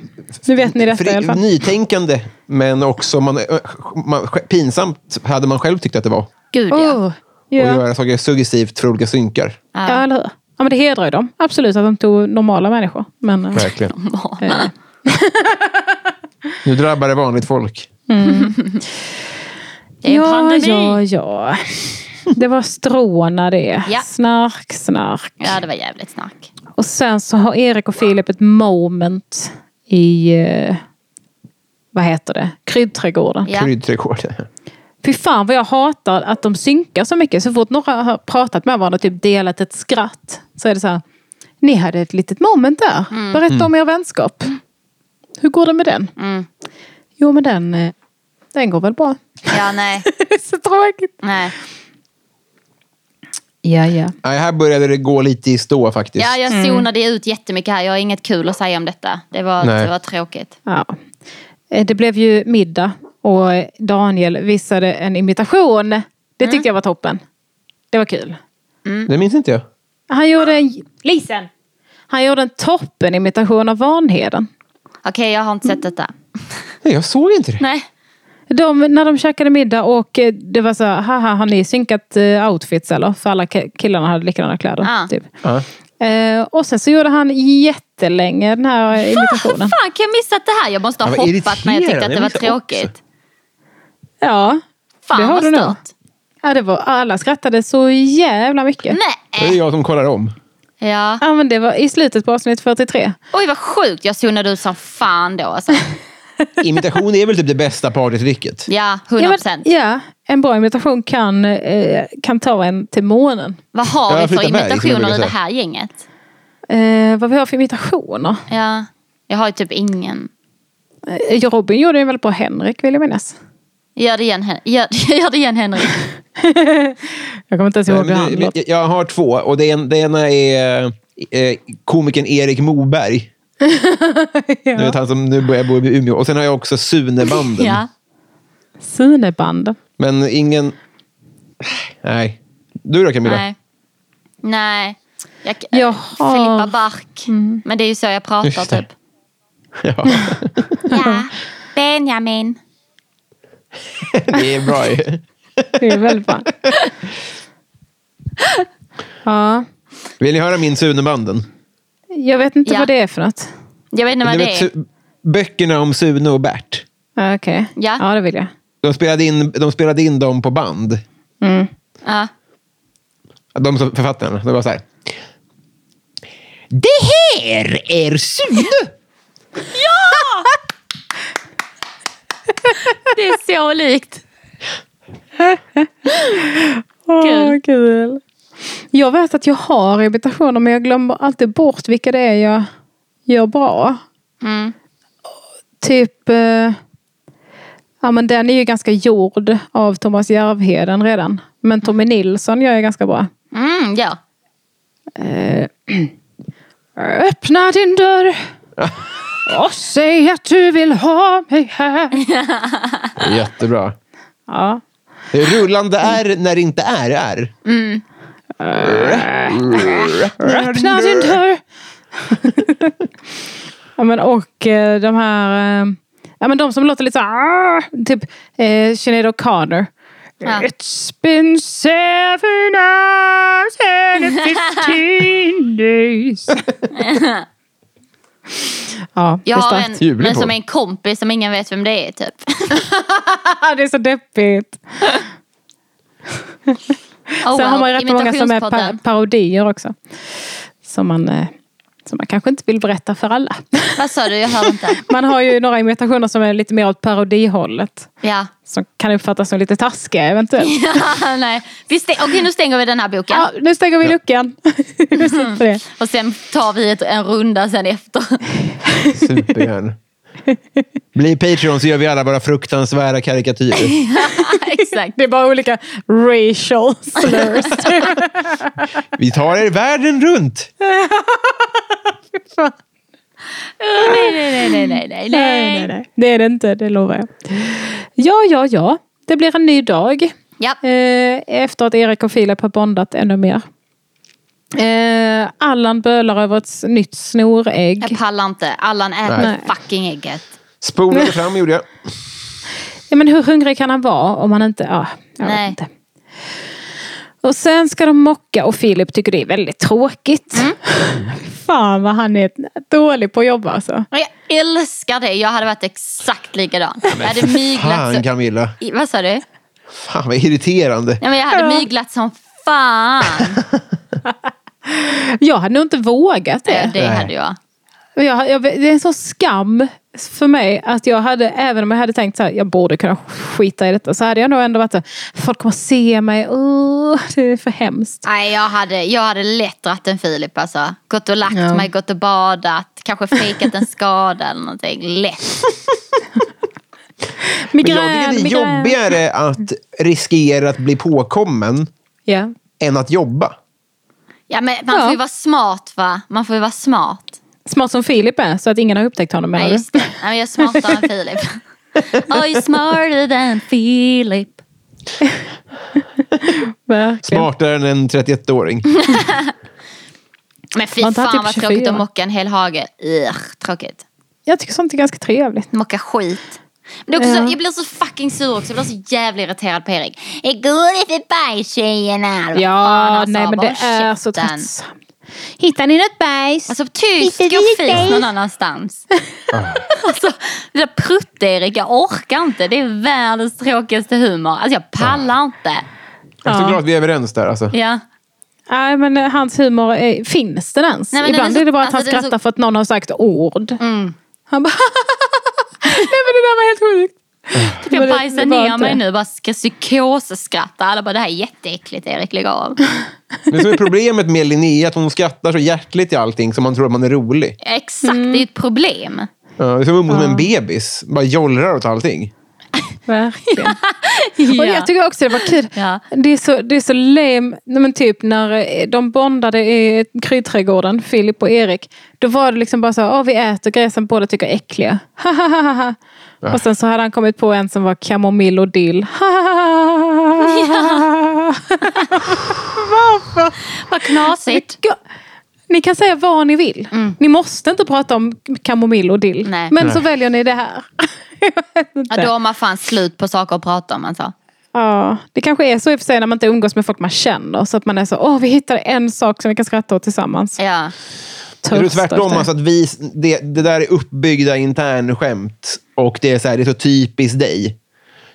Speaker 1: Nu vet ni detta i alla
Speaker 3: Fri,
Speaker 1: fall.
Speaker 3: nytänkande, men också man, ö, man, pinsamt hade man själv tyckt att det var.
Speaker 2: Gud ja.
Speaker 1: Oh,
Speaker 3: Att
Speaker 1: ja.
Speaker 3: göra saker suggestivt för olika synkar.
Speaker 1: ja, eller hur? Ja, men det hedrar ju dem. Absolut att de tog normala människor. Men, eh,
Speaker 3: Verkligen.
Speaker 2: Barn.
Speaker 3: Nu drabbar det vanligt folk.
Speaker 2: Det är en pandemi.
Speaker 1: Ja, ja. Det var stråna det.
Speaker 2: Ja.
Speaker 1: Snark, snark.
Speaker 2: Ja, det var jävligt snack.
Speaker 1: Och sen så har Erik och Filip ett moment i... eh, Vad heter det? Kryddträdgården.
Speaker 2: Ja.
Speaker 3: Kryddrekord.
Speaker 1: Fy fan vad jag hatar att de synkar så mycket. Så fort några har pratat med varandra och typ delat ett skratt. Så är det så här. Ni hade ett litet moment där. Berätta om er vänskap. Hur går det med den?
Speaker 2: Mm.
Speaker 1: Jo men den, eh, den går väl bra.
Speaker 2: Ja, nej.
Speaker 1: Det är så tråkigt.
Speaker 2: nej.
Speaker 1: Ja, ja.
Speaker 3: Nej, här började det gå lite i stå faktiskt.
Speaker 2: Ja, jag zonade ut jättemycket här. Jag har inget kul att säga om detta. Det var,
Speaker 3: Nej.
Speaker 2: det var tråkigt.
Speaker 1: Ja. Eh, Det blev ju middag och Daniel visade en imitation. Det tyckte jag var toppen. Det var kul. mm.
Speaker 3: Det minns inte jag.
Speaker 1: Han gjorde en... Lisen! Han gjorde en toppen imitation av Vanheden.
Speaker 2: Okej, jag har inte sett detta.
Speaker 3: Nej, jag såg inte det.
Speaker 2: Nej.
Speaker 1: De, när de käkade middag och eh, det var så här, haha har ni synkat eh, outfits eller? För alla ki- killarna hade likadana kläder.
Speaker 2: Ah.
Speaker 1: Typ.
Speaker 3: Ja.
Speaker 1: Eh, och sen så gjorde han jättelänge den här
Speaker 2: Hur
Speaker 1: imitationen.
Speaker 2: fan kan jag missat det här? Jag måste ha
Speaker 3: Ja, vad
Speaker 2: hoppat när jag tyckte att
Speaker 3: irriterande.
Speaker 2: det var
Speaker 3: Jag missade också.
Speaker 2: tråkigt.
Speaker 1: Ja.
Speaker 2: Fan
Speaker 1: Det har
Speaker 2: vad
Speaker 1: du nog.
Speaker 2: stört.
Speaker 1: ja det var, alla skrattade så jävla mycket.
Speaker 3: Det är
Speaker 2: Nej.
Speaker 3: jag som kollar om.
Speaker 2: Ja.
Speaker 1: Ja, men det var i slutet på avsnitt 43.
Speaker 2: Oj, vad sjukt. Jag zonade ut som fan då. Alltså.
Speaker 3: Imitation är väl typ det bästa partytricket.
Speaker 2: Ja,
Speaker 1: Ja,
Speaker 2: 100
Speaker 1: men,
Speaker 2: procent.
Speaker 1: ja, en bra imitation kan, eh, kan ta en till månen.
Speaker 2: Vad har
Speaker 3: Ja,
Speaker 2: vi för
Speaker 3: flytta berg, som jag brukar
Speaker 2: imitationer i det
Speaker 3: säga.
Speaker 2: här gänget?
Speaker 1: Eh, vad vi har för imitationer?
Speaker 2: Ja. Jag har ju typ ingen.
Speaker 1: Eh, Robin gjorde en väldigt bra Henrik, vill jag minnas.
Speaker 2: Gör det igen, Hen- gör, gör det igen Henrik.
Speaker 1: Jag kommer inte ens
Speaker 3: Nej,
Speaker 1: ihåg hur
Speaker 3: men
Speaker 1: han
Speaker 3: det-
Speaker 1: låter.
Speaker 3: Jag jag har två och det, en, det ena är eh, komikern Erik Moberg. Du vet han som nu börjar bo i Umeå. Och sen har jag också Sunebanden.
Speaker 2: Ja.
Speaker 1: Synebanden.
Speaker 3: Men ingen... Nej. Du då Camilla?
Speaker 2: Nej. Nej. Jag, eh,
Speaker 1: Jag har- Mm.
Speaker 2: Filippa Bark. Men det är ju så jag pratar
Speaker 3: Just det.
Speaker 2: typ.
Speaker 3: Ja,
Speaker 2: Ja, Benjamin.
Speaker 3: det är bra ju.
Speaker 1: Det är väldigt bra. Ja,
Speaker 3: Vill ni höra min Sunebanden?
Speaker 1: jag vet inte
Speaker 2: Ja.
Speaker 1: vad det är för något.
Speaker 2: Jag vet inte vad
Speaker 3: Ni
Speaker 2: det
Speaker 3: vet
Speaker 2: är.
Speaker 3: Su- Böckerna om Sune och Bert.
Speaker 1: Ja, Okej,
Speaker 2: Ja.
Speaker 1: ja det vill jag.
Speaker 3: De spelade in, de spelade in dem på band.
Speaker 2: Ja.
Speaker 3: De som författarna, de var så här. Det här är Sune!
Speaker 2: Det är så likt.
Speaker 1: Åh, kul. Jag vet att jag har imitationer men jag glömmer alltid bort vilka det är jag gör bra.
Speaker 2: Mm.
Speaker 1: Typ, eh, ja men den är ju ganska gjord av Thomas Järvheden redan. Men Tommy Nilsson gör jag ganska bra.
Speaker 2: Mm, ja.
Speaker 1: Öppna din dörr och säg att du vill ha mig här.
Speaker 3: Jättebra.
Speaker 1: Ja.
Speaker 3: Det är Rullande är när det inte är är.
Speaker 1: Öppna din dörr. ja, men, och eh, de här... Eh, ja, men de som låter lite så här... "Arr", Typ eh, Sinead O'Connor.
Speaker 2: Ja.
Speaker 1: It's been seven hours and fifteen days. ja, det
Speaker 2: Jag
Speaker 1: är
Speaker 2: har
Speaker 1: starkt.
Speaker 2: en,
Speaker 3: Jubel
Speaker 2: men
Speaker 3: på.
Speaker 2: som är en kompis som ingen vet vem det är typ.
Speaker 1: det är så deppigt.
Speaker 2: Oh,
Speaker 1: Sen har man
Speaker 2: wow.
Speaker 1: ju rätt många som är pa-
Speaker 2: Imitationspodden.
Speaker 1: parodier också. Som man, eh, som man kanske inte vill berätta för alla.
Speaker 2: Vad sa du? Jag hörde inte.
Speaker 1: Man har ju några imitationer som är lite mer åt parodihållet.
Speaker 2: Ja.
Speaker 1: Som kan uppfattas som lite taskiga eventuellt.
Speaker 2: ja nej. Vi stäng- Okej, nu stänger vi den här boken.
Speaker 1: Ja, nu stänger vi luckan. Vi sitter på det.
Speaker 2: Och sen tar vi ett, en runda sen efter.
Speaker 3: Supergärna. Bli Patreon så gör vi alla våra fruktansvärda karikatyrer.
Speaker 2: Exakt.
Speaker 1: det är bara olika racial slurs.
Speaker 3: Vi tar er världen runt.
Speaker 2: Nej, nej, nej, nej, nej,
Speaker 1: nej,
Speaker 2: nej.
Speaker 1: nej, nej. Det är det inte, det lovar jag. Ja, ja, ja. Det blir en ny dag.
Speaker 2: Ja.
Speaker 1: Eh, efter att Erik och Filip har bondat ännu mer. Eh, Allan bölar över ett s- nytt snorägg.
Speaker 2: Jag pallar inte. Allan äter
Speaker 3: Nej.
Speaker 2: fucking ägget.
Speaker 3: Spolade fram gjorde jag.
Speaker 1: Ja, men hur hungrig kan han vara om han inte... Ja, jag
Speaker 2: Nej.
Speaker 1: vet inte. Och sen ska de mocka och Filip tycker det är väldigt tråkigt.
Speaker 3: Mm.
Speaker 1: Fan vad han är dålig på att jobba alltså.
Speaker 2: Och jag älskar det. Jag hade varit exakt likadan. Jag hade myglat
Speaker 3: Fan
Speaker 2: så...
Speaker 3: Camilla.
Speaker 2: I- Vad sa du? Nej,
Speaker 3: Fan vad irriterande.
Speaker 2: men jag hade myglat som fan.
Speaker 1: Jag hade nog inte vågat
Speaker 2: Det,
Speaker 1: det.
Speaker 2: det
Speaker 3: Nej.
Speaker 2: hade jag.
Speaker 1: Och Jag, jag, det är en sån skam för mig att jag hade, även om jag hade tänkt så här, jag borde kunna skita i detta, så hade jag nog ändå varit så här, folk kommer se mig, oh, det är för hemskt.
Speaker 2: Nej, jag hade, jag hade lätt dragit en Filip alltså. Gått och lagt
Speaker 1: Ja.
Speaker 2: mig, gått och badat. Kanske fejkat en skada eller någonting. Lätt.
Speaker 3: Men jag tycker det är
Speaker 1: migrän.
Speaker 3: jobbigare att riskera att bli påkommen
Speaker 1: Ja.
Speaker 3: än att jobba.
Speaker 2: Ja, men man
Speaker 1: Ja.
Speaker 2: får ju vara smart va? Man får ju vara smart.
Speaker 1: Smart som Filip är, så att ingen har upptäckt honom menar
Speaker 2: Nej,
Speaker 1: du?
Speaker 2: just det. Nej, men jag är smartare än Filip. Oj, smartare än Filip.
Speaker 1: Verkligen.
Speaker 3: Smartare än en 31-åring.
Speaker 2: Men fy
Speaker 1: Man tar
Speaker 2: fan
Speaker 1: typ
Speaker 2: vad
Speaker 1: 24.
Speaker 2: tråkigt att mocka en hel hage. Ugh, tråkigt.
Speaker 1: Jag tycker sånt är ganska trevligt.
Speaker 2: Mocka skit. Men det är också,
Speaker 1: Ja.
Speaker 2: Jag blir så fucking sur också. Jag blir så jävla irriterad på Erik. Är godis i bergstjejerna? Vad fan,
Speaker 1: Ja,
Speaker 2: alltså,
Speaker 1: nej men
Speaker 2: bara
Speaker 1: det är så
Speaker 2: käften.
Speaker 1: tröttsamt. Hittar ni något bajs?
Speaker 2: Alltså tyst,
Speaker 1: Inte
Speaker 2: gå och fis
Speaker 1: riktigt.
Speaker 2: någon annanstans. alltså, det där prutt-Erik, jag orkar inte. Det är världens tråkigaste humor. Alltså jag pallar inte.
Speaker 3: Jag är så
Speaker 1: Ja.
Speaker 3: glad att vi är överens där. Alltså.
Speaker 2: Ja.
Speaker 1: Nej men eh, hans humor, är, finns den ens?
Speaker 2: Nej, men den
Speaker 1: Ibland
Speaker 2: är
Speaker 1: är,
Speaker 2: så-
Speaker 1: det bara att
Speaker 2: alltså, den
Speaker 1: han
Speaker 2: är
Speaker 1: skrattar
Speaker 2: så-
Speaker 1: för att någon har sagt ord.
Speaker 2: Mm.
Speaker 1: Han bara Nej men det där var helt sjukt.
Speaker 2: Typ jag
Speaker 1: Men det-
Speaker 2: bajsar
Speaker 1: det var
Speaker 2: ner
Speaker 1: inte
Speaker 2: mig
Speaker 1: det.
Speaker 2: nu. Bara ska psykosskratta. Alla bara, det här är jätteäckligt Erik, lägg av.
Speaker 3: Det som är problemet med Linnea att hon skrattar så hjärtligt till allting som man tror att man är rolig.
Speaker 2: Exakt,
Speaker 1: Mm.
Speaker 2: det är ett problem.
Speaker 3: Ja, Det är som att umgås med en bebis. Bara jollrar åt allting.
Speaker 1: Verkligen.
Speaker 2: Ja.
Speaker 1: Och jag tycker också det var kul.
Speaker 2: Ja.
Speaker 1: Det, är så, det är så lame, Nej, men typ när eh, de bondade i kryddträdgården, Filip och Erik. Då var det liksom bara så här, "Åh, vi äter grejer som båda tycker är äckliga. Hahaha. och sen så hade han kommit på en som var kamomill och dill. Hahaha. Varför?
Speaker 2: Vad knasigt.
Speaker 1: Ga- Ni kan säga vad ni vill. Ni måste inte prata om kamomill och dill.
Speaker 2: Mm. Nej.
Speaker 1: Men
Speaker 3: Nej.
Speaker 1: så väljer ni det här. Jag vet inte.
Speaker 2: Ja, då har man fan slut på saker att prata om alltså.
Speaker 1: Ja, det kanske är så i och för sig när man inte umgås med folk man känner. Så att man är så, åh vi hittade en sak som vi kan skratta åt tillsammans.
Speaker 2: Ja.
Speaker 3: Är det
Speaker 1: Toast
Speaker 3: tvärtom?
Speaker 1: efter.
Speaker 3: Alltså att vi, det, det där är uppbyggda internskämt och det är, så här, det är så typiskt dig.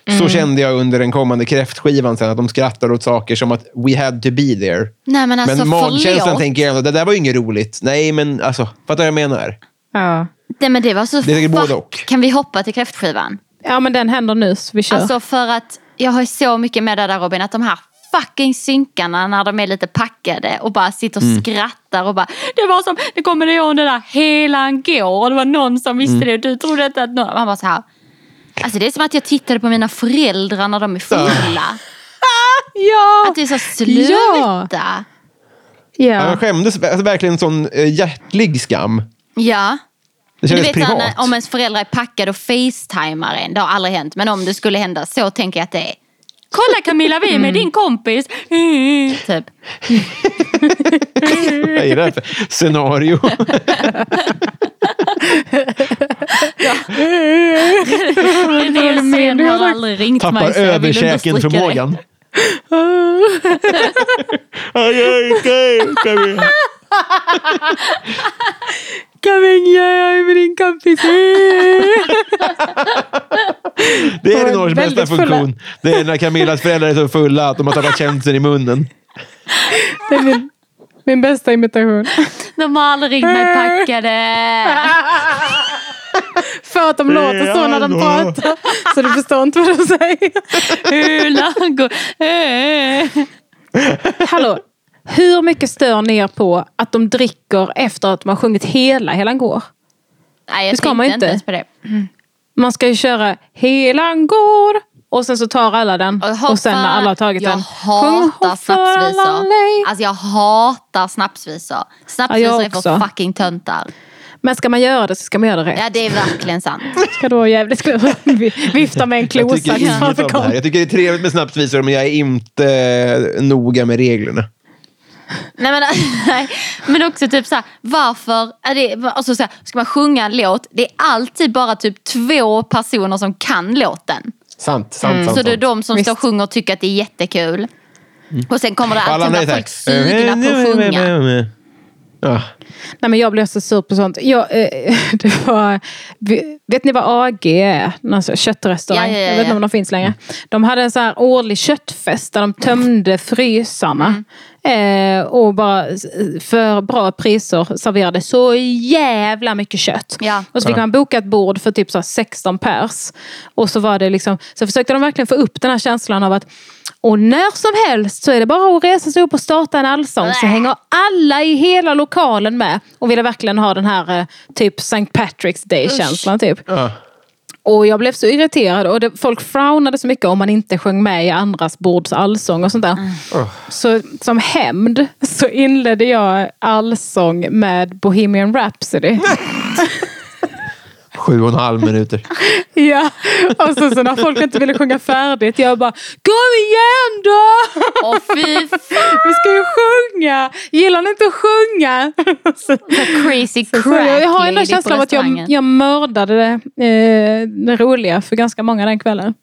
Speaker 2: Mm.
Speaker 3: Så kände jag under den kommande kräftskivan sen, att de skrattar åt saker som att we had to be there.
Speaker 2: Nej men alltså
Speaker 3: men magkänslan
Speaker 2: förlåt.
Speaker 3: tänker jag, det där var ju inget roligt. Nej, men alltså, fattar jag vad jag menar?
Speaker 1: ja.
Speaker 2: Nej men det var så
Speaker 3: Det är säkert
Speaker 2: fuck-
Speaker 3: både och.
Speaker 2: Kan vi hoppa till kräftskivan?
Speaker 1: ja men den händer nu så vi kör.
Speaker 2: Alltså för att jag har ju så mycket med det där Robin, att de här fucking synkarna när de är lite packade och bara sitter och skrattar och bara Det var som, det kommer du ihåg den där Helan går och det var någon som visste det och du trodde inte att någon... Han bara så här. Alltså det är som att jag tittade på mina föräldrar när de är fulla.
Speaker 1: ja!
Speaker 2: Att det är så sluta. Ja.
Speaker 3: Ja.
Speaker 1: ja.
Speaker 3: Jag skämdes alltså, verkligen en sån eh, hjärtlig skam. Det
Speaker 2: Du
Speaker 3: kändes
Speaker 2: vet
Speaker 3: privat.
Speaker 2: när- om ens föräldrar är packade och facetimar en, det har aldrig hänt. Men om det skulle hända så tänker jag att det är Kolla Camilla, vi är med din kompis. Typ.
Speaker 3: Vad är det här för scenario?
Speaker 2: René Sen
Speaker 1: du har
Speaker 2: har
Speaker 1: sagt-
Speaker 2: aldrig ringt
Speaker 3: Tappar
Speaker 2: mig så jag vill understryka
Speaker 3: överkäken
Speaker 2: det.
Speaker 3: förmågan. Aj, aj, aj, kom igen.
Speaker 1: Kom igen, jag är med din kompis.
Speaker 3: Det
Speaker 1: De
Speaker 3: är
Speaker 1: är
Speaker 3: Elinors bästa
Speaker 1: väldigt fulla.
Speaker 3: funktion. Det är när Camillas föräldrar är så fulla att de har tappat känseln i munnen.
Speaker 1: Det är min, min bästa imitation.
Speaker 2: De har aldrig ringt mig packade.
Speaker 1: För att de låter så när de pratar. Så du förstår inte vad de säger.
Speaker 2: Hur går... Eh.
Speaker 1: Hallå, hur mycket stör ni er på att de dricker efter att de har sjungit hela Helan går?
Speaker 2: Nej, jag
Speaker 1: Det ska
Speaker 2: tänkte
Speaker 1: man ju inte.
Speaker 2: inte ens på det.
Speaker 1: Man ska ju köra Helan går och sen så tar alla den.
Speaker 2: Och, hoppa,
Speaker 1: Och sen när alla har tagit
Speaker 2: jag
Speaker 1: den. sjung hoppa
Speaker 2: hatar
Speaker 1: alla
Speaker 2: snapsvisor.
Speaker 1: lej.
Speaker 2: Alltså jag hatar snapsvisor. Snapsvisor
Speaker 1: Ja, jag
Speaker 2: är för
Speaker 1: också.
Speaker 2: fucking töntar.
Speaker 1: Men ska man göra det så ska man göra det rätt.
Speaker 2: Ja, det är verkligen sant.
Speaker 1: Ska då jävligt vi- vifta med en
Speaker 3: Jag tycker
Speaker 1: klosax
Speaker 3: inget
Speaker 1: framför
Speaker 3: om det här.
Speaker 1: kom.
Speaker 3: Jag tycker det är trevligt med snapsvisor, men jag är inte eh, noga med reglerna.
Speaker 2: Nej men, nej. men också typ såhär, varför är det, alltså så här, ska man sjunga en låt, det är alltid bara typ två personer som kan låten.
Speaker 3: Sant, sant, sant.
Speaker 2: Mm. Så det är
Speaker 3: sant.
Speaker 2: de
Speaker 1: Mm.
Speaker 2: som
Speaker 1: Visst. Mm.
Speaker 2: står och sjunger och tycker att det är jättekul. Och sen kommer det
Speaker 3: Alla
Speaker 2: alltid
Speaker 3: nej
Speaker 2: när folk
Speaker 3: tack. "Eh,
Speaker 2: sugna på att sjunga.
Speaker 3: Ja.
Speaker 1: Nej men jag blir så sur på sånt. Jag, eh, det var, vi- vet ni vad AG är? Någon sån köttrestaurang.
Speaker 2: Ja, ja, ja,
Speaker 1: jag vet inte
Speaker 2: ja.
Speaker 1: om de finns längre. De hade en sån här årlig köttfest där de tömde frysarna.
Speaker 2: Mm.
Speaker 1: Eh, och bara s- för bra priser serverade så jävla mycket kött.
Speaker 2: Ja.
Speaker 1: Och så fick
Speaker 3: Ja.
Speaker 1: man boka ett bord för typ så här 16 pers. Och så var det liksom, så försökte de verkligen få upp den här känslan av att och när som helst så är det bara att resa sig upp och starta en allsång så
Speaker 2: Blä.
Speaker 1: hänger alla i hela lokalen med och ville verkligen ha den här eh, typ St. Patrick's Day-känslan typ.
Speaker 3: Ja.
Speaker 1: Och jag blev så irriterad och det, folk frownade så mycket om man inte sjöng med i andras bords allsång och sånt där.
Speaker 3: Oh.
Speaker 1: Så som hämnd så inledde jag allsång med Bohemian Rhapsody.
Speaker 3: Sju och en halv minuter.
Speaker 1: ja, och så, så när folk inte ville sjunga färdigt jag bara Kom igen då!
Speaker 2: Åh fy fan,
Speaker 1: Vi ska ju sjunga! Gillar ni inte att sjunga? Så-
Speaker 2: crazy
Speaker 1: så
Speaker 2: crack
Speaker 1: jag, jag har ändå
Speaker 2: lady på
Speaker 1: känslan av att jag,
Speaker 2: restaurangen.
Speaker 1: jag mördade det, eh, det roliga för ganska många den kvällen.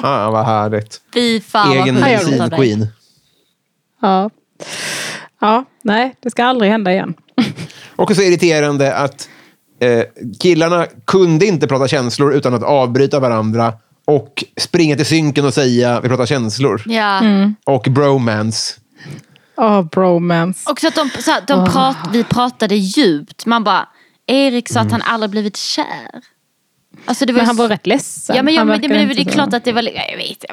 Speaker 3: Fan vad härligt.
Speaker 2: Fy fan vad
Speaker 3: Egen
Speaker 2: sjukt av
Speaker 3: medicin
Speaker 2: dig.
Speaker 3: queen.
Speaker 1: ja. ja, nej, det ska aldrig hända igen.
Speaker 3: Och så irriterande att eh, killarna kunde inte prata känslor utan att avbryta varandra och springa till synken och säga vi pratar känslor.
Speaker 2: Ja.
Speaker 1: Mm.
Speaker 3: Och bromance.
Speaker 2: Ah,
Speaker 1: Åh, bromance.
Speaker 2: Också att de, så här, de prat, vi pratade djupt. Man bara, Erik sa att han aldrig blivit kär. Alltså det var
Speaker 1: Mm. Men han
Speaker 2: ju
Speaker 1: var
Speaker 2: så-
Speaker 1: rätt ledsen.
Speaker 2: Ja men, ja,
Speaker 1: Han
Speaker 2: men det,
Speaker 1: verkade
Speaker 2: men det, det är
Speaker 1: inte
Speaker 2: klart
Speaker 1: så-
Speaker 2: att det var, jag vet,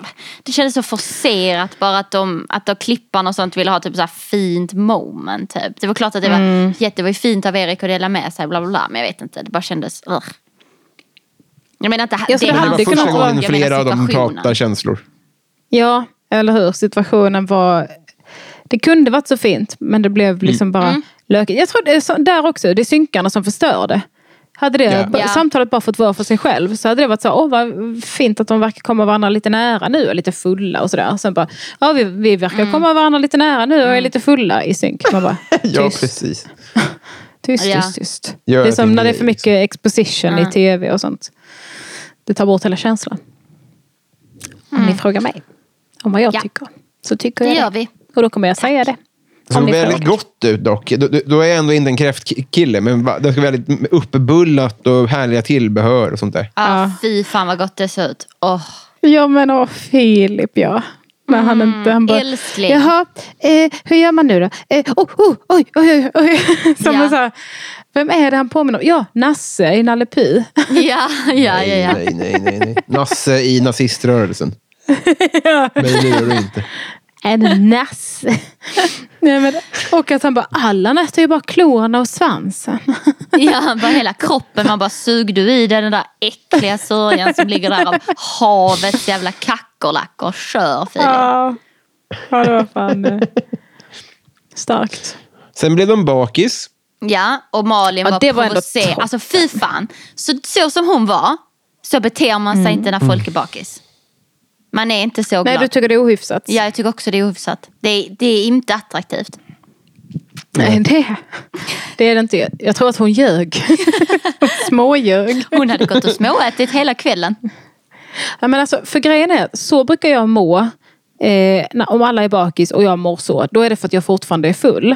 Speaker 2: det kändes så forcerat bara att de, att de klipparna och sånt ville ha typ så här fint moment typ. Det var klart att det
Speaker 1: Mm.
Speaker 2: var jätte, det var ju fint av Erik att dela med sig bla bla bla men jag vet inte, det bara kändes ugh. Jag menar inte,
Speaker 1: Ja, så det
Speaker 2: är
Speaker 1: hade
Speaker 3: Det var
Speaker 2: hans
Speaker 1: Det kunde
Speaker 3: första
Speaker 2: sak,
Speaker 1: också vara-
Speaker 3: gången
Speaker 2: jag menar
Speaker 3: flera av dem
Speaker 2: situationen.
Speaker 3: pratar känslor.
Speaker 1: Ja, eller hur. Situationen var... Det kunde varit
Speaker 3: Mm.
Speaker 1: så fint, men det blev liksom bara lökigt. Jag tror det är så, där också, det är synkarna som förstör det. Hade det
Speaker 3: Ja.
Speaker 1: ba-
Speaker 2: Ja.
Speaker 1: samtalet bara fått vara för sig själv så hade det varit så här, åh vad fint att de verkar komma varandra lite nära nu och lite fulla och sådär. Sen bara, ja vi, vi verkar komma varandra lite nära nu och är lite fulla i synk. Man bara, tyst,
Speaker 3: Mm. Ja, precis.
Speaker 1: tyst,
Speaker 2: Ja.
Speaker 1: tyst, tyst.
Speaker 3: Gör
Speaker 1: det är
Speaker 3: att det
Speaker 1: som när det är
Speaker 3: blir liksom-
Speaker 1: för mycket exposition i tv och sånt. Det tar bort hela känslan. Om ni frågar mig om vad jag
Speaker 2: Mm. Ja.
Speaker 1: tycker, så tycker
Speaker 2: Det
Speaker 1: jag
Speaker 2: gör vi.
Speaker 1: Och då kommer jag säga det.
Speaker 3: Det såg
Speaker 1: ni
Speaker 3: väldigt
Speaker 1: frågar.
Speaker 3: gott ut dock. Då, då- då är jag ändå inte en kräftkille, men va- det ska vara väldigt uppbullat och härliga tillbehör och sånt där.
Speaker 2: Ah,
Speaker 1: Ja.
Speaker 2: Fy fan vad gott det ser ut. Åh.
Speaker 1: Ja men åh Filip ja. Men han inte, han bara,
Speaker 2: Mm, älskling.
Speaker 1: jaha, eh, hur gör man nu då? Eh, oh, oh, oj, oj, oj, oj. Som
Speaker 2: Ja.
Speaker 1: en så här, vem är det han påminner om? Ja, Nasse i Nalle Puh.
Speaker 2: Ja, ja, ja, ja.
Speaker 3: Nej, nej, nej, nej. Nasse i naziströrelsen. Mig lurar du inte.
Speaker 1: En Nasse. Nej, men, och att han bara, Allan äter ju bara klorna och svansen.
Speaker 2: ja bara hela kroppen, man bara sug du i dig den där äckliga sörjan som ligger där av havets jävla kackerlackor. Kör Filip.
Speaker 1: Ja, ja det var fan eh, starkt.
Speaker 3: Sen blev de bakis.
Speaker 2: Ja, och Malin
Speaker 1: Ja,
Speaker 2: var
Speaker 1: det var ändå
Speaker 2: provocerad.
Speaker 1: toppen.
Speaker 2: Alltså fy fan. Så, så som hon var, så beter man sig inte när folk är bakis. Man är inte så glad.
Speaker 1: Mm. Nej, du tycker det är ohyfsat?
Speaker 2: Ja, jag tycker också det är ohyfsat. Det, är- det är inte attraktivt.
Speaker 1: Nej, det, det är det inte. Jag tror att hon ljög. Hon Småljög.
Speaker 2: Hon hade gått och småätit hela kvällen.
Speaker 1: Ja, men alltså, för grejen är, så brukar jag må. Eh, när, om alla är bakis och jag mår så, då är det för att jag fortfarande är full.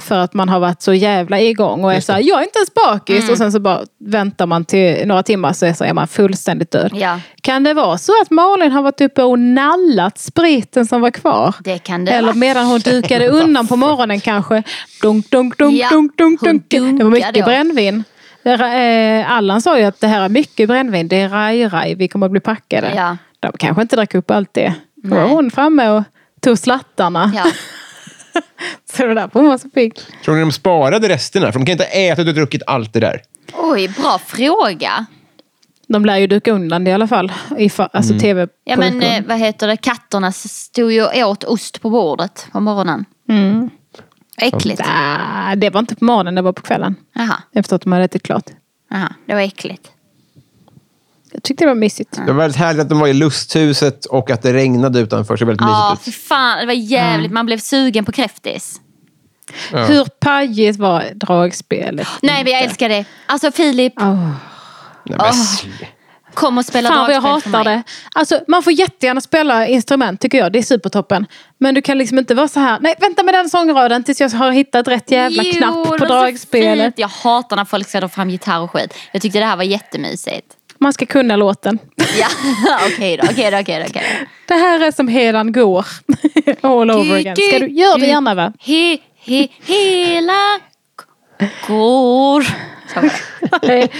Speaker 1: För att man har varit så jävla igång och är såhär, jag är inte ens bakis.
Speaker 2: Mm.
Speaker 1: Och sen så bara väntar man till några timmar så är, så är man fullständigt död.
Speaker 2: Ja.
Speaker 1: Kan det vara så att Malin har varit uppe och nallat spriten som var kvar?
Speaker 2: Det kan det
Speaker 1: Eller
Speaker 2: vara.
Speaker 1: medan hon dukade undan på morgonen kanske. Dunk, dunk, dunk,
Speaker 2: Ja,
Speaker 1: dunk, dunk,
Speaker 2: hon
Speaker 1: dunk. Det var mycket
Speaker 2: dunkade.
Speaker 1: brännvin. Det ra- eh, Allan sa ju att det här är mycket brännvin. Det är raj-raj. Vi kommer att bli packade.
Speaker 2: Ja.
Speaker 1: De kanske inte drack upp allt det. Då var
Speaker 2: Nej.
Speaker 1: hon framme och tog slattarna.
Speaker 2: Ja.
Speaker 1: Så det var därför hon var så pigg.
Speaker 3: Tror ni de sparade resterna? För de kan inte ha ätit och druckit allt det där.
Speaker 2: Oj, bra fråga.
Speaker 1: De lär ju duka undan det i alla fall. Ifa, alltså tv
Speaker 2: Ja men eh, vad heter det, katterna s- stod ju och åt ost på bordet på morgonen.
Speaker 1: Mm.
Speaker 2: Äckligt.
Speaker 1: Ah, det var inte på morgonen, det var på kvällen.
Speaker 2: Jaha,
Speaker 1: Efter att de hade ätit klart.
Speaker 2: jaha, det var äckligt.
Speaker 1: Jag tyckte det var mysigt.
Speaker 3: Det var väldigt härligt att de var i lusthuset och att det regnade utanför. Så väldigt
Speaker 2: Ja,
Speaker 3: mysigt
Speaker 2: för
Speaker 3: ut.
Speaker 2: fan, det var
Speaker 1: Mm.
Speaker 2: jävligt, man blev sugen på kräftis.
Speaker 3: Ja.
Speaker 1: Hur pajigt var dragspelet?
Speaker 2: Nej men jag älskar det. Alltså Filip,
Speaker 1: Åh.
Speaker 3: Nej, men
Speaker 2: Åh.
Speaker 3: sl-
Speaker 2: kom och spela
Speaker 1: Fan vad jag
Speaker 2: dragspel för
Speaker 1: hatar
Speaker 2: mig.
Speaker 1: det. Alltså, man får jättegärna spela instrument tycker jag. Det är supertoppen. Men du kan liksom inte vara så här. Nej, vänta med den sångraden tills jag har hittat rätt jävla
Speaker 2: Jo,
Speaker 1: knapp
Speaker 2: det
Speaker 1: på
Speaker 2: var så
Speaker 1: dragspelet.
Speaker 2: fint. Jag hatar när folk ska dra fram gitarr och skit. Jag tyckte det här var jättemysigt.
Speaker 1: Man ska kunna låten.
Speaker 2: Ja, okej då, okej då, okej då. okej
Speaker 1: Det här är som Hedan går. All
Speaker 2: då.
Speaker 1: over again. Ska du, gör det gärna va?
Speaker 2: He, he, hela k- går. Så var det.
Speaker 1: Nej.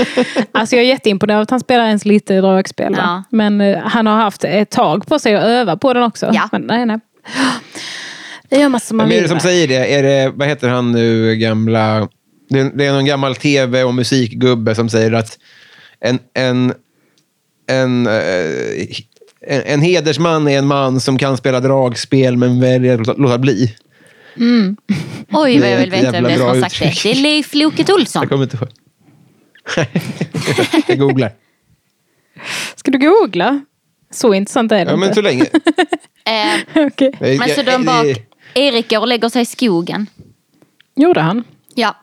Speaker 1: alltså jag är jätteimponerad av att han spelar ens lite dragspel. va?
Speaker 2: Ja.
Speaker 1: Men eh, han har haft ett tag på sig att öva på den också.
Speaker 2: Ja.
Speaker 1: Men nej, nej. Det gör man som man
Speaker 3: Vem är det
Speaker 1: vill.
Speaker 3: som
Speaker 1: va?
Speaker 3: säger det? Är det, vad heter han nu, gamla... Det är, det är någon gammal tv och musikgubbe som säger att en, en, en, eh, en, en hedersman är en man som kan spela dragspel men väljer att låta- låta bli.
Speaker 2: Oj vad
Speaker 3: Det är
Speaker 2: jag vill
Speaker 3: ett
Speaker 2: veta vem
Speaker 3: jävla
Speaker 2: det är som
Speaker 3: bra
Speaker 2: har sagt det.
Speaker 3: uttryck.
Speaker 2: Det är Leif Loket Olsson.
Speaker 3: Jag kommer inte ihåg. jag googlar.
Speaker 1: Ska du googla? Så intressant är det
Speaker 3: Ja, men så
Speaker 1: inte.
Speaker 3: länge.
Speaker 2: Eh,
Speaker 1: Okej.
Speaker 3: Jag-
Speaker 2: men så
Speaker 3: jag-
Speaker 2: de bak.
Speaker 3: det-
Speaker 2: Erik går och lägger sig i skogen.
Speaker 1: Gjorde han?
Speaker 2: Ja,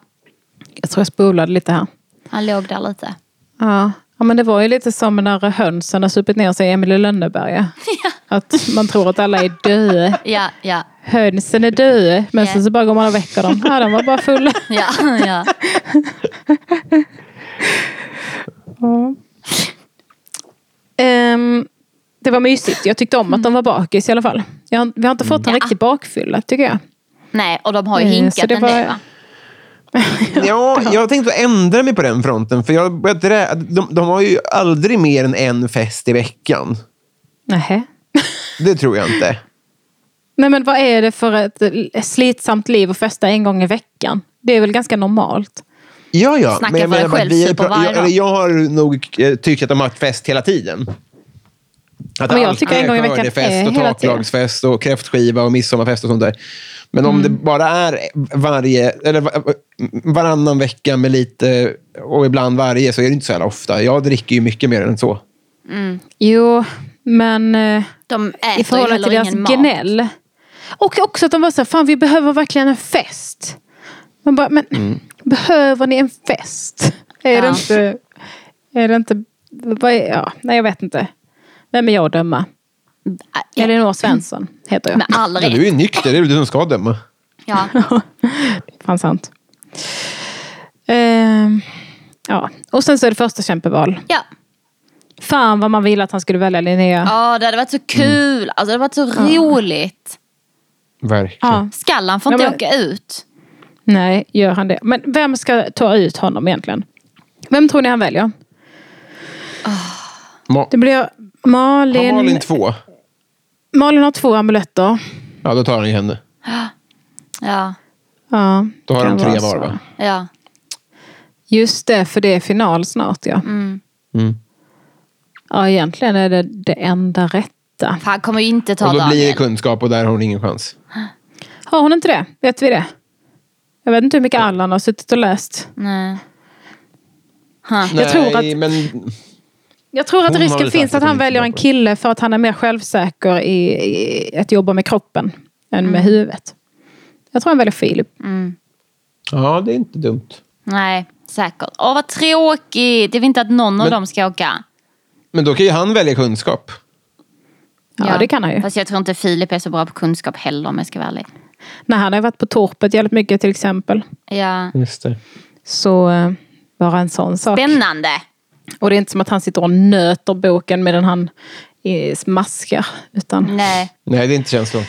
Speaker 1: Jag tror jag spolade lite här.
Speaker 2: han låg där lite.
Speaker 1: Ja. ja, men det var ju lite som när hönsen har supit ner sig i Emil i Lönneberga. Att man tror att alla är döda.
Speaker 2: Ja, ja,
Speaker 1: Hönsen är döda, men
Speaker 2: Ja.
Speaker 1: sen så bara går man och väcker dem. Ja, de var bara fulla.
Speaker 2: ja, ja.
Speaker 1: Ehm, det var mysigt. Jag tyckte om att de var bakis i alla fall. Jag, har- vi har inte fått en
Speaker 2: Ja.
Speaker 1: riktig bakfylla, tycker jag.
Speaker 2: Nej, och de har ju
Speaker 1: Eh, så
Speaker 2: hinkat
Speaker 1: det
Speaker 2: en
Speaker 1: var-
Speaker 2: del va?
Speaker 3: Ja, jag tänkte ändra mig på den fronten. För jag börjat rä- de, de har ju aldrig mer än en fest i veckan.
Speaker 1: Nähä.
Speaker 3: Det tror jag inte.
Speaker 1: Nej, men vad är det för ett eh, slitsamt liv att festa en gång i veckan? Det är väl ganska normalt?
Speaker 3: Ja, ja.
Speaker 2: Snackar
Speaker 3: Men jag,
Speaker 2: för dig
Speaker 3: menar bara att
Speaker 2: själv,
Speaker 3: vi har ju
Speaker 2: super
Speaker 3: pra-
Speaker 2: varje
Speaker 3: jag,
Speaker 2: dag.
Speaker 3: eller jag har nog eh, tyckt att de har haft fest hela tiden. Att
Speaker 1: Men jag
Speaker 3: allt
Speaker 1: tycker
Speaker 3: är
Speaker 1: en gång i veckan
Speaker 3: skördefest
Speaker 1: är
Speaker 3: och
Speaker 1: hela tiden.
Speaker 3: taklagsfest och kräftskiva och midsommarfest och sånt där. Men om
Speaker 1: Mm.
Speaker 3: det bara är varje, eller va- varannan vecka med lite och ibland varje så är det inte så jävla ofta. Jag dricker ju mycket mer än så.
Speaker 1: Jo, men eh,
Speaker 2: De äter
Speaker 1: i förhållande till
Speaker 2: ju heller
Speaker 1: deras
Speaker 2: ingen mat.
Speaker 1: gnäll. Och också att de var så här, fan vi behöver verkligen en fest. Man bara, men behöver ni en fest? Är det
Speaker 2: Ja.
Speaker 1: inte... Är det inte... Vad är, ja, nej, jag vet inte. Vem är jag att döma?
Speaker 2: Ja,
Speaker 1: Elinor Svensson heter jag.
Speaker 2: Med all
Speaker 3: Men du är
Speaker 2: rätt.
Speaker 3: ju nykter, det är väl du som ska döma.
Speaker 2: Ja.
Speaker 1: Fan sant. Ehm, ja, och sen så är det första kämpeval.
Speaker 2: ja.
Speaker 1: Fan vad man ville att han skulle välja Linnea.
Speaker 2: Ja, det hade varit så
Speaker 3: Mm.
Speaker 2: kul. Alltså, det hade varit så roligt.
Speaker 3: Verkligen.
Speaker 1: Ja.
Speaker 2: Skallan får
Speaker 1: Ja,
Speaker 2: inte
Speaker 1: men-
Speaker 2: åka ut.
Speaker 1: Nej, gör han det? Men vem ska ta ut honom egentligen? Vem tror ni han väljer?
Speaker 3: Ma-
Speaker 1: Det blir Malin.
Speaker 3: har Malin två?
Speaker 1: Malin har två amuletter.
Speaker 3: Ja, då tar han ju henne.
Speaker 2: Ja,
Speaker 1: Ja,
Speaker 3: Då har
Speaker 1: kan
Speaker 3: de tre
Speaker 1: vara
Speaker 3: var,
Speaker 1: så.
Speaker 3: va?
Speaker 2: ja.
Speaker 1: Just det, för det är final snart ja.
Speaker 3: Mm.
Speaker 1: Ja, egentligen är det det enda rätta.
Speaker 2: För han kommer ju inte ta
Speaker 3: Och då
Speaker 2: Daniel.
Speaker 3: blir det kunskap och där har hon ingen chans.
Speaker 1: Har hon inte det? Vet vi det? Jag vet inte hur mycket Allan har suttit och läst.
Speaker 2: Nej. Ha.
Speaker 1: Jag tror att-
Speaker 3: men...
Speaker 1: Jag tror att
Speaker 3: Hon har
Speaker 1: risken
Speaker 3: väl sagt
Speaker 1: finns att
Speaker 3: att
Speaker 1: han
Speaker 3: hon inte
Speaker 1: väljer
Speaker 3: var
Speaker 1: en
Speaker 3: på.
Speaker 1: kille för att han är mer självsäker i, i att jobba med kroppen än med huvudet. Jag tror han väljer Filip.
Speaker 3: Ja, det är inte dumt.
Speaker 2: Nej, säkert. Åh, vad tråkigt. Det vill inte att någon av
Speaker 3: Men-
Speaker 2: dem ska åka.
Speaker 3: Men då kan ju han välja kunskap.
Speaker 1: Ja, det kan han ju.
Speaker 2: Fast jag tror inte Filip är så bra på kunskap heller om jag ska vara ärlig.
Speaker 1: När han har varit på torpet jävligt mycket till exempel.
Speaker 2: Ja.
Speaker 3: Just det.
Speaker 1: Så eh, bara en sån sak.
Speaker 2: Spännande.
Speaker 1: Och det är inte som att han sitter och nöter boken medan han eh, smaskar. Utan...
Speaker 2: Nej.
Speaker 3: Nej, det är inte känslan.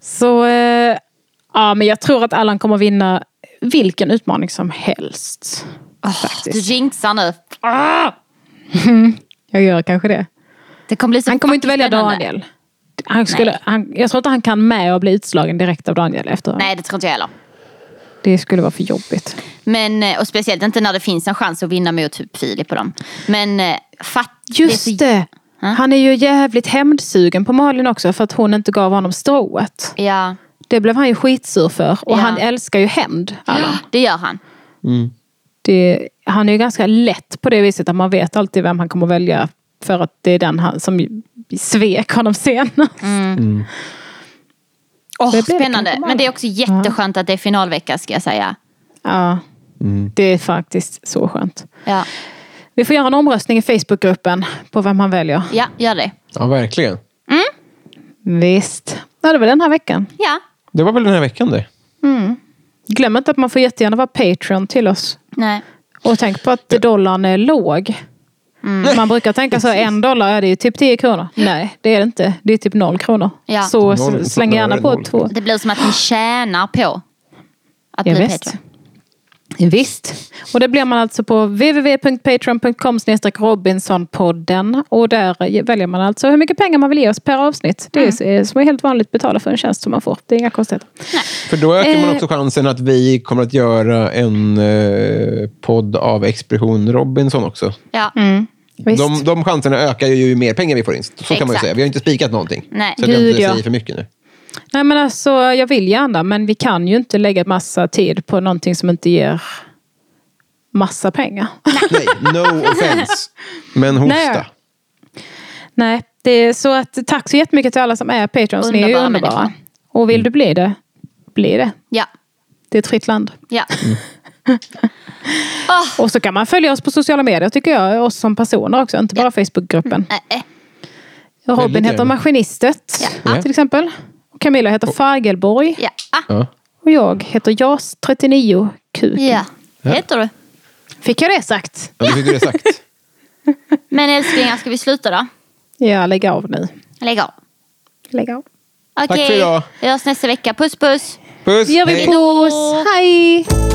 Speaker 1: Så eh, ja, men jag tror att Allan kommer vinna vilken utmaning som helst.
Speaker 2: Du
Speaker 1: faktiskt.
Speaker 2: jinxar nu.
Speaker 1: Jag gör kanske det.
Speaker 2: Det kommer bli så
Speaker 1: Han kommer inte välja
Speaker 2: spännande.
Speaker 1: Daniel. Han skulle,
Speaker 2: Nej.
Speaker 1: han, jag tror inte han kan med och bli utslagen direkt av Daniel efter.
Speaker 2: Nej, det tror inte jag heller.
Speaker 1: Det skulle vara för jobbigt.
Speaker 2: Men, eh, och speciellt inte när det finns en chans att vinna mot typ Filip och dem. Men eh, fatt...
Speaker 1: Just
Speaker 2: är
Speaker 1: det! Han är ju jävligt hämndsugen på Malin också för att hon inte gav honom strået.
Speaker 2: så- Ja,
Speaker 1: Det blev han ju skitsur för. Och
Speaker 2: Ja.
Speaker 1: han älskar ju hämnd. Allan.
Speaker 2: det gör han.
Speaker 1: Det, han är ju ganska lätt på det viset att man vet alltid vem han kommer välja. För att det är den han, som ju svek honom senast.
Speaker 2: Mm. Åh,
Speaker 1: Det blir det
Speaker 2: spännande.
Speaker 1: kanske
Speaker 2: Men det är också jätteskönt att det är finalvecka ska jag säga.
Speaker 1: Ja. Det är faktiskt så skönt.
Speaker 2: Ja,
Speaker 1: Vi får göra en omröstning i Facebookgruppen på vem han väljer.
Speaker 2: ja gör det.
Speaker 3: Ja, verkligen.
Speaker 1: Visst. Ja, det var den här veckan.
Speaker 2: Ja,
Speaker 3: Det var väl den här veckan det.
Speaker 1: Glöm inte att man får jättegärna vara Patreon till oss.
Speaker 2: nej.
Speaker 1: Och tänk på att dollarn är låg. Man brukar tänka så här, en dollar är det ju typ 10 kronor. Nej, det är det inte. Det är typ noll kronor.
Speaker 2: Ja.
Speaker 1: Så
Speaker 3: Noll,
Speaker 1: s- släng
Speaker 3: då är
Speaker 1: gärna
Speaker 3: det
Speaker 1: på
Speaker 3: noll.
Speaker 1: två.
Speaker 2: Det blir som att ni tjänar på att
Speaker 1: Ja,
Speaker 2: bli
Speaker 1: visst.
Speaker 2: Patreon.
Speaker 1: Visst. Och det blir man alltså på www.patreon.com robinsonpodden. Och där väljer man alltså hur mycket pengar man vill ge oss per avsnitt. Det är mm. som är helt vanligt betala för en tjänst som man får. Det är inga konstigheter.
Speaker 3: För då ökar man
Speaker 1: Eh.
Speaker 3: också chansen att vi kommer att göra en eh, podd av Expedition Robinson också.
Speaker 2: Ja,
Speaker 1: Visst.
Speaker 3: De, de chanserna ökar ju ju mer pengar vi får in. Så kan man ju
Speaker 2: Exakt.
Speaker 3: säga. Vi har inte spikat någonting.
Speaker 2: Nej.
Speaker 3: så att jag
Speaker 1: Gud,
Speaker 3: inte
Speaker 1: ja.
Speaker 3: säger för mycket nu.
Speaker 1: Nej men alltså jag vill gärna men vi kan ju inte lägga massa tid på någonting som inte ger massa pengar.
Speaker 3: Nej, no offense. Men hosta.
Speaker 1: Nej. Nej, det är så att tack så jättemycket till alla som är Patreons. Ni är ju
Speaker 2: Underbara
Speaker 1: underbara.
Speaker 2: människor.
Speaker 1: Och
Speaker 3: Mm.
Speaker 1: vill du bli det, bli det.
Speaker 2: ja,
Speaker 1: Det är ett fritt land.
Speaker 2: ja. Åh,
Speaker 1: Och så kan man följa oss på sociala medier tycker jag. Oss som personer också, inte bara Facebookgruppen.
Speaker 2: nej, eh.
Speaker 1: Robin
Speaker 3: Väldigt
Speaker 1: heter
Speaker 3: gärna.
Speaker 1: Maskinistet
Speaker 3: Ja.
Speaker 1: till exempel. Och Camilla heter Fagelborg.
Speaker 2: ja. Ah,
Speaker 3: Ja.
Speaker 1: Och jag heter Jas39 Kuk.
Speaker 2: ja. Heter du?
Speaker 1: Fick jag det sagt?
Speaker 3: Ja, det fick du det sagt.
Speaker 2: Men älsklingar, ska vi sluta då?
Speaker 1: Ja, lägg av nu.
Speaker 2: Lägg av.
Speaker 1: Lägg av.
Speaker 2: Okej,
Speaker 3: för idag.
Speaker 2: vi hörs nästa vecka. Puss puss!
Speaker 3: Puss,
Speaker 1: Jag vill
Speaker 3: hej.
Speaker 1: puss. Hej!